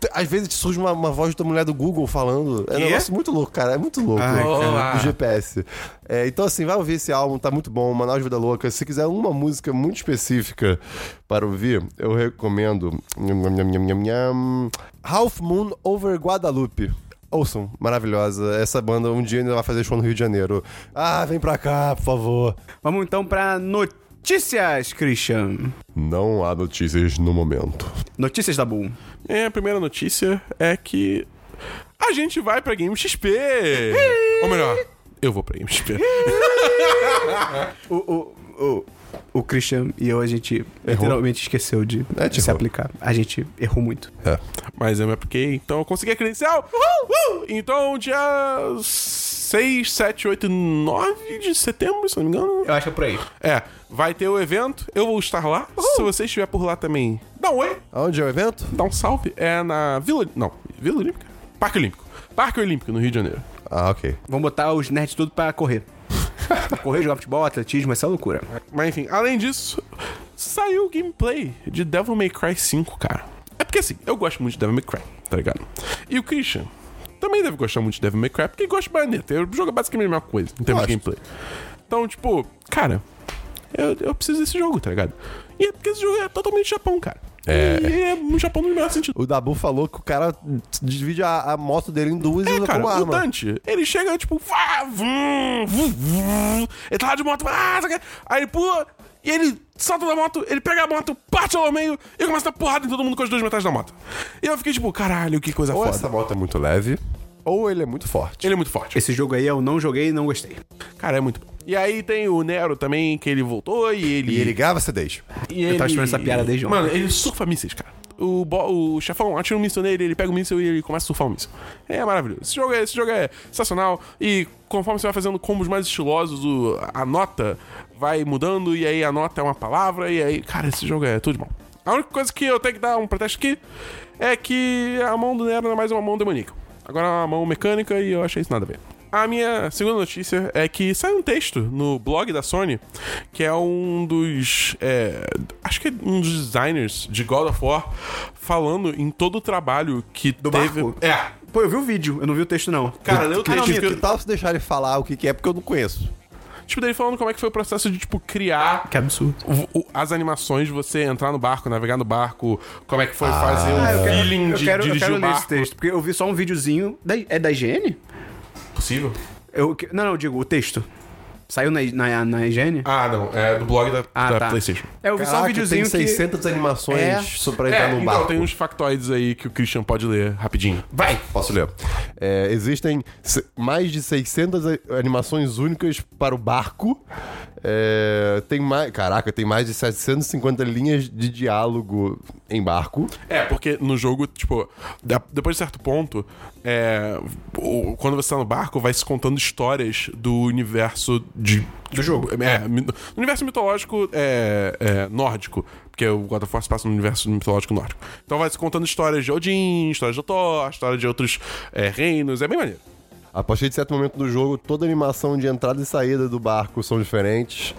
Speaker 3: t- Às vezes surge uma, uma voz da mulher do Google falando. É um
Speaker 1: Quê?
Speaker 3: negócio muito louco, cara. É muito louco.
Speaker 2: Ai, cara.
Speaker 3: O GPS. É, então, assim, vai ouvir esse álbum, tá muito bom. Manaus Vida Louca. Se quiser uma música muito específica para ouvir, eu recomendo. Nham, nham, nham, nham, nham, nham. Half Moon Over Guadalupe. Ouçam, maravilhosa. Essa banda um dia ainda vai fazer show no Rio de Janeiro. Ah, vem pra cá, por favor.
Speaker 1: Vamos então pra notícias, Christian.
Speaker 3: Não há notícias no momento.
Speaker 1: Notícias da Boom.
Speaker 2: É, a primeira notícia é que a gente vai pra Game XP. Ou melhor, eu vou pra Game XP.
Speaker 1: O, o, o, o Christian e eu, a gente literalmente esqueceu de
Speaker 3: É, tipo-
Speaker 1: se aplicar. A gente errou muito.
Speaker 3: É.
Speaker 2: Mas eu me apliquei, então eu consegui a credencial. Uhul! Então, dia 6, 7, 8, 9 de setembro, se não me engano.
Speaker 1: Eu acho por aí.
Speaker 2: É, vai ter o evento, eu vou estar lá. Se você estiver por lá também, dá um oi,
Speaker 3: Aonde é o evento?
Speaker 2: dá um salve. É na Vila. Não, Vila Olímpica? Parque Olímpico. Parque Olímpico, no Rio de Janeiro.
Speaker 3: Ah, ok.
Speaker 1: Vamos botar os nerds tudo pra correr. correr, jogar futebol, atletismo, essa é loucura.
Speaker 2: Mas enfim, além disso, saiu o gameplay de Devil May Cry 5, cara. É porque assim, eu gosto muito de Devil May Cry, tá ligado? E o Christian também deve gostar muito de Devil May Cry, porque gosta de baioneta. O jogo é basicamente a mesma coisa em termos de
Speaker 3: Gosto.
Speaker 2: gameplay. Então, tipo, cara, eu, eu preciso desse jogo, tá ligado? E é porque esse jogo é totalmente Japão, cara. É. E é um Japão no melhor sentido.
Speaker 3: O Dabu falou que o cara divide a, a moto dele em duas e
Speaker 2: É,
Speaker 3: usa
Speaker 2: cara,
Speaker 3: como
Speaker 2: o
Speaker 3: arma.
Speaker 2: Dante, ele chega, tipo, vá, vum, vum, vum. ele tá lá de moto, vá, saca? aí ele pula, e ele salta da moto, ele pega a moto, parte ela ao meio, e começa a dar porrada em todo mundo com as duas metades da moto. E eu fiquei tipo, caralho, que coisa
Speaker 3: Ou
Speaker 2: foda.
Speaker 3: essa moto é muito leve, ou ele é muito forte.
Speaker 2: Ele é muito forte.
Speaker 1: Esse jogo aí eu não joguei e não gostei.
Speaker 2: Cara, é muito bom. E aí tem o Nero também, que ele voltou e ele.
Speaker 3: E ele grava CDs.
Speaker 2: e
Speaker 1: tava esperando essa piada desde ontem.
Speaker 2: Mano, ele surfa mísseis, cara. O, bo... o chefão atira um míssil nele, ele pega o míssil e ele começa a surfar o míssil. É maravilhoso. Esse jogo é, esse jogo é sensacional. E conforme você vai fazendo combos mais estilosos, o- a nota vai mudando. E aí a nota é uma palavra. E aí, cara, esse jogo é tudo de bom. A única coisa que eu tenho que dar um protesto aqui é que a mão do Nero não é mais uma mão demoníaca. Agora é uma mão mecânica e eu achei isso nada a ver. A minha segunda notícia é que sai um texto no blog da Sony, que é um dos. é, acho que é um dos designers de God of War, falando em todo o trabalho que
Speaker 1: Do
Speaker 2: teve.
Speaker 1: barco?
Speaker 2: É.
Speaker 1: Pô, eu vi o vídeo, eu não vi o texto não.
Speaker 2: Cara, leu o
Speaker 3: Cara,
Speaker 2: texto.
Speaker 3: amigo,
Speaker 2: porque-
Speaker 3: que tal se deixarem falar o que, que é, porque eu não conheço.
Speaker 2: Tipo, dele falando como é que foi o processo de, tipo, criar
Speaker 1: Que absurdo.
Speaker 2: o- o- as animações de você entrar no barco, navegar no barco, como é que foi
Speaker 1: Ah.
Speaker 2: fazer o feeling
Speaker 1: Eu
Speaker 2: de
Speaker 1: quero, eu
Speaker 2: dirigir
Speaker 1: quero
Speaker 2: o
Speaker 1: ler
Speaker 2: barco.
Speaker 1: esse texto, porque eu vi só um videozinho. Da, é da IGN?
Speaker 2: Possível?
Speaker 1: Eu, que- não, não, eu digo, o texto. Saiu na, na, na IGN?
Speaker 2: Ah, não. É do blog da,
Speaker 1: Ah,
Speaker 2: da
Speaker 1: tá.
Speaker 2: PlayStation.
Speaker 1: É, eu vi só um videozinho
Speaker 3: tem
Speaker 1: que...
Speaker 3: 600 animações
Speaker 1: É.
Speaker 3: só pra
Speaker 2: É,
Speaker 3: entrar no
Speaker 2: então
Speaker 3: barco.
Speaker 2: tem uns factoides aí que o Christian pode ler rapidinho.
Speaker 1: Vai!
Speaker 3: Posso ler? É, existem se- mais de 600 a- animações únicas para o barco. É, tem mais, caraca, tem mais de 750 linhas de diálogo em barco.
Speaker 2: É, porque no jogo, tipo, da- depois de certo ponto, é, o- quando você tá no barco, vai se contando histórias do universo de. do jogo. É, mi- do universo mitológico é, é, nórdico. Porque o God of War se passa no universo mitológico nórdico. Então vai se contando histórias de Odin, histórias de Thor, histórias de outros é, reinos. É bem maneiro.
Speaker 3: A partir de certo momento do jogo, toda animação de entrada e saída do barco são diferentes.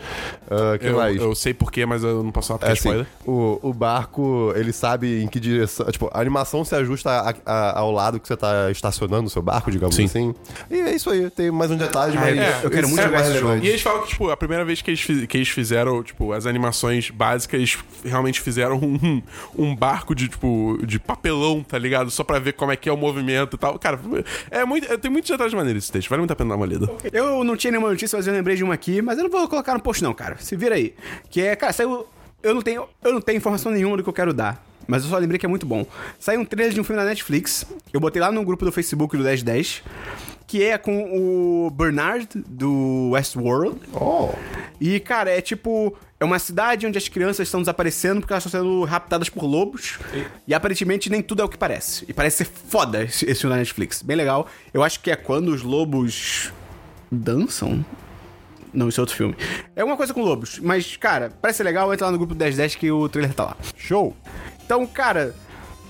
Speaker 3: Ah, que
Speaker 2: Eu,
Speaker 3: mais?
Speaker 2: eu sei porquê, mas eu não posso falar porque
Speaker 3: É
Speaker 2: é
Speaker 3: assim,
Speaker 2: spoiler.
Speaker 3: o, o barco, ele sabe em que direção. Tipo, a animação se ajusta a- a- ao lado que você tá estacionando o seu barco, digamos
Speaker 2: Sim.
Speaker 3: assim. E é isso aí, tem mais um detalhe, mas.
Speaker 1: eu- eu quero muito
Speaker 3: isso é
Speaker 1: jogar
Speaker 3: mais
Speaker 1: esse jogo.
Speaker 3: relevante.
Speaker 2: E eles falam que, tipo, a primeira vez que eles, fiz- que eles fizeram, tipo, as animações básicas, realmente fizeram um, um barco de, tipo, de papelão, tá ligado? Só pra ver como é que é o movimento e tal. Cara, é muito, é- tem muitos detalhes maneiros esse texto. Vale muito a pena dar uma lida.
Speaker 1: Eu não tinha nenhuma notícia, mas eu lembrei de uma aqui, mas eu não vou colocar no post não, cara. Se vira aí. Que é, cara, saiu... Eu não tenho, eu não tenho informação nenhuma do que eu quero dar. Mas eu só lembrei que é muito bom. Saiu um trailer de um filme na Netflix. Eu botei lá no grupo do Facebook do 1010. Que é com o Bernard, do Westworld.
Speaker 3: Oh.
Speaker 1: E, cara, é tipo. É uma cidade onde as crianças estão desaparecendo porque elas estão sendo raptadas por lobos. E aparentemente nem tudo é o que parece. E parece ser foda esse, esse filme da Netflix. Bem legal. Eu acho que é quando os lobos dançam. Não, isso é outro filme. É uma coisa com lobos. Mas, cara, parece ser legal. Entra lá no grupo 1010 que o trailer tá lá.
Speaker 3: Show!
Speaker 1: Então, cara,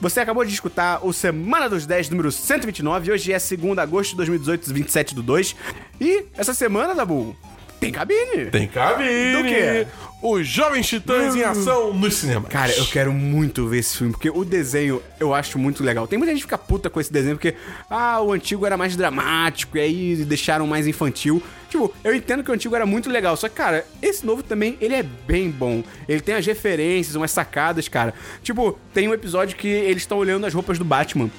Speaker 1: você acabou de escutar o Semana dos 10, número 129. Hoje é 2 de agosto de 2018, 27 do 2. E essa semana, Dabu, tem cabine.
Speaker 2: Tem cabine!
Speaker 1: Do quê? Hum.
Speaker 2: Os Jovens Titãs em Ação nos cinemas.
Speaker 1: Cara, eu quero muito ver esse filme, porque o desenho eu acho muito legal. Tem muita gente que fica puta com esse desenho, porque, ah, o antigo era mais dramático, e aí deixaram mais infantil. Tipo, eu entendo que o antigo era muito legal, só que, cara, esse novo também, ele é bem bom. Ele tem as referências, umas sacadas, cara. Tipo, tem um episódio que eles estão olhando as roupas do Batman.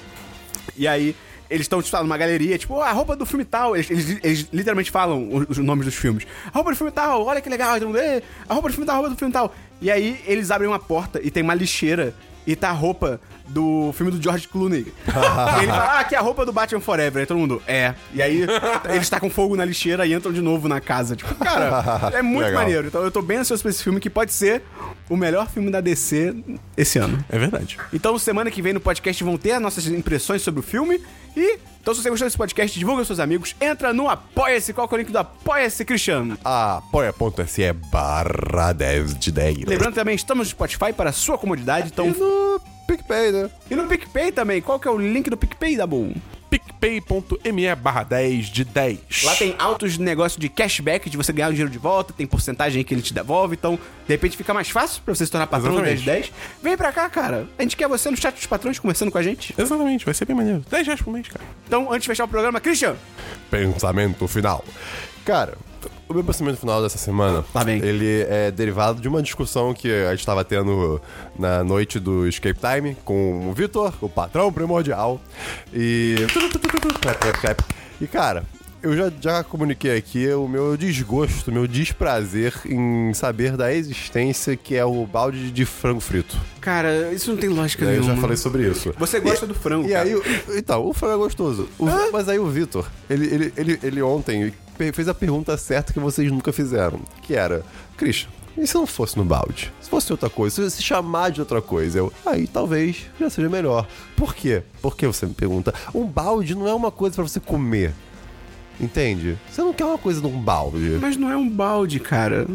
Speaker 1: E aí, eles estão, tipo, lá numa galeria, tipo, "Ó, a roupa do filme tal. Eles, eles- eles literalmente falam os, os nomes dos filmes. A roupa do filme tal, olha que legal. Aí todo mundo, "É, A roupa do filme tal, a roupa do filme tal. E aí, eles abrem uma porta e tem uma lixeira. E tá a roupa do filme do George Clooney. E ele fala, ah, aqui é a roupa do Batman Forever. Aí todo mundo, é. E aí, eles tacam fogo na lixeira e entram de novo na casa. Tipo, cara, é muito
Speaker 3: Legal.
Speaker 1: maneiro. Então, eu tô bem ansioso pra esse filme, que pode ser o melhor filme da DC esse ano.
Speaker 2: É verdade.
Speaker 1: Então, semana que vem no podcast vão ter as nossas impressões sobre o filme. E, então, se você gostou desse podcast, divulga aos seus amigos. Entra no Apoia-se. Qual que é o link do Apoia-se, Cristiano?
Speaker 3: apoia.se barra 10 de 10.
Speaker 1: Lembrando também, estamos no Spotify para a sua comodidade. Então,
Speaker 3: no PicPay, né?
Speaker 1: e no PicPay também. Qual que é o link do PicPay, Dabu?
Speaker 2: picpay.me barra 10 de 10.
Speaker 1: Lá tem altos negócios de cashback, de você ganhar o dinheiro de volta, tem porcentagem aí que ele te devolve, então de repente fica mais fácil pra você se tornar patrão do
Speaker 2: Exatamente.
Speaker 1: 1010. Vem pra cá, cara. A gente quer você no chat dos patrões conversando com a gente.
Speaker 2: Exatamente, vai ser bem maneiro. 10 reais por mês, cara.
Speaker 1: Então, antes de fechar o programa, Christian,
Speaker 3: Pensamento final. Cara, o meu pensamento final dessa semana,
Speaker 1: Lá vem.
Speaker 3: ele é derivado de uma discussão que a gente estava tendo na noite do Escape Time com o Vitor, o patrão primordial. E. E, cara, eu já, já comuniquei aqui o meu desgosto, meu desprazer em saber da existência que é o balde de frango frito.
Speaker 1: Cara, isso não tem lógica
Speaker 3: Eu
Speaker 1: nenhuma.
Speaker 3: já falei sobre isso.
Speaker 1: Você gosta do frango,
Speaker 3: E
Speaker 1: cara.
Speaker 3: aí, o- então, o frango é gostoso. O- mas aí o Vitor, ele, ele, ele, ele ontem pe- fez a pergunta certa que vocês nunca fizeram, que era, Christian, e se não fosse no balde? Se fosse outra coisa, se se chamar de outra coisa, eu, aí talvez já seja melhor. Por quê? Porque você me pergunta, um balde não é uma coisa pra você comer. Entende? Você não quer uma coisa num balde.
Speaker 1: Mas não é um balde, cara.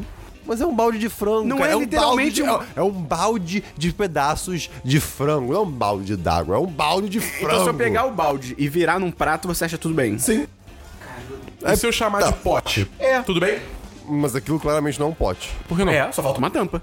Speaker 3: Mas é um balde de frango.
Speaker 1: Não
Speaker 3: cara.
Speaker 1: é
Speaker 3: um
Speaker 1: literalmente
Speaker 3: balde
Speaker 1: um-
Speaker 3: de- é, é um balde de pedaços de frango. Não é um balde d'água, é um balde de frango.
Speaker 1: Então se eu pegar o balde e virar num prato, você acha tudo bem?
Speaker 3: Sim.
Speaker 2: E se eu chamar de pote?
Speaker 3: Tipo,
Speaker 1: É.
Speaker 2: Tudo bem?
Speaker 3: Mas aquilo claramente não é um pote.
Speaker 2: Por que não?
Speaker 1: É, só falta uma tampa.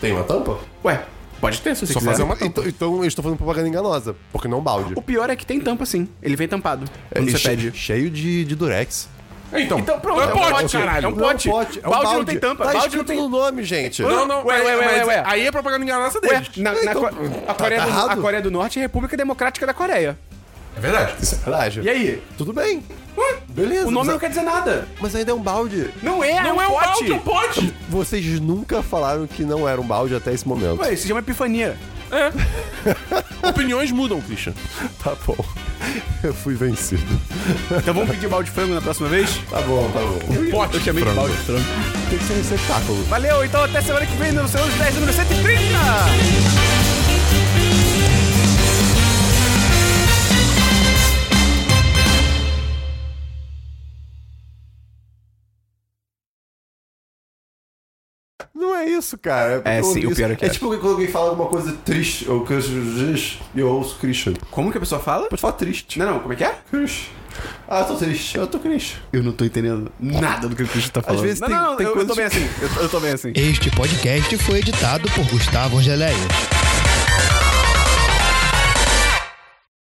Speaker 3: Tem uma tampa?
Speaker 1: Ué, pode ter se você
Speaker 2: Só
Speaker 1: quiser.
Speaker 2: fazer uma tampa.
Speaker 3: Então, então eu estou fazendo propaganda enganosa, porque não é um balde.
Speaker 1: O pior é que tem tampa sim. Ele vem tampado. Quando
Speaker 3: É
Speaker 1: você
Speaker 3: che-
Speaker 1: pede.
Speaker 3: Cheio de, de durex.
Speaker 2: Então,
Speaker 1: Então, pronto,
Speaker 2: não
Speaker 1: é um pote, caralho. É um
Speaker 3: Não é um
Speaker 1: pote.
Speaker 3: pote, é um
Speaker 1: Balde
Speaker 3: balde.
Speaker 1: não tem tampa,
Speaker 3: Tá
Speaker 1: balde
Speaker 3: escrito
Speaker 1: não tem-
Speaker 3: no nome, gente.
Speaker 2: Não, não,
Speaker 1: Ué,
Speaker 2: ué,
Speaker 1: ué,
Speaker 2: ué,
Speaker 1: ué,
Speaker 2: ué,
Speaker 1: ué.
Speaker 2: Aí é propaganda enganosa
Speaker 1: Ué,
Speaker 2: deles.
Speaker 1: na, na
Speaker 3: Então,
Speaker 1: Co- a,
Speaker 3: tá-
Speaker 1: Coreia
Speaker 3: tá
Speaker 1: do,
Speaker 3: errado.
Speaker 1: a Coreia do Norte é a República Democrática da Coreia.
Speaker 2: É verdade.
Speaker 3: Isso é verdade.
Speaker 1: E aí?
Speaker 3: Tudo bem. Beleza.
Speaker 1: O nome
Speaker 3: mas,
Speaker 1: não quer dizer nada.
Speaker 3: mas ainda é um balde.
Speaker 1: Não é,
Speaker 2: Não é um balde, é um pote.
Speaker 3: Vocês nunca falaram que não era um balde até esse momento.
Speaker 1: Ué, isso se chama epifania.
Speaker 2: Opiniões mudam, Christian.
Speaker 3: Tá bom. Eu fui vencido.
Speaker 1: Então vamos pedir balde de frango na próxima vez?
Speaker 3: Tá bom, tá bom.
Speaker 2: Pote
Speaker 1: Eu chamei de
Speaker 2: frango.
Speaker 1: balde de frango.
Speaker 3: Tem que ser um receptáculo.
Speaker 1: Valeu, então até semana que vem no Senhor 10, número 130!
Speaker 3: Não é isso, cara.
Speaker 1: É,
Speaker 3: Eu
Speaker 1: sim, o
Speaker 3: ouvi isso.
Speaker 1: pior é que é.
Speaker 3: tipo quando alguém fala alguma coisa triste, ou que eu, eu ouço Christian.
Speaker 1: Como que a pessoa fala?
Speaker 3: Pode falar triste.
Speaker 1: Não, não, como é que é?
Speaker 3: Christian. Ah, eu tô triste. Eu tô triste.
Speaker 1: Eu não tô entendendo nada do que o Cristo tá falando.
Speaker 3: vezes
Speaker 1: não,
Speaker 3: tem-
Speaker 1: não, não,
Speaker 3: tem
Speaker 1: eu, eu tô
Speaker 3: coisas-
Speaker 1: bem assim. Eu, eu tô bem assim.
Speaker 5: Este podcast foi editado por Gustavo Angeléia.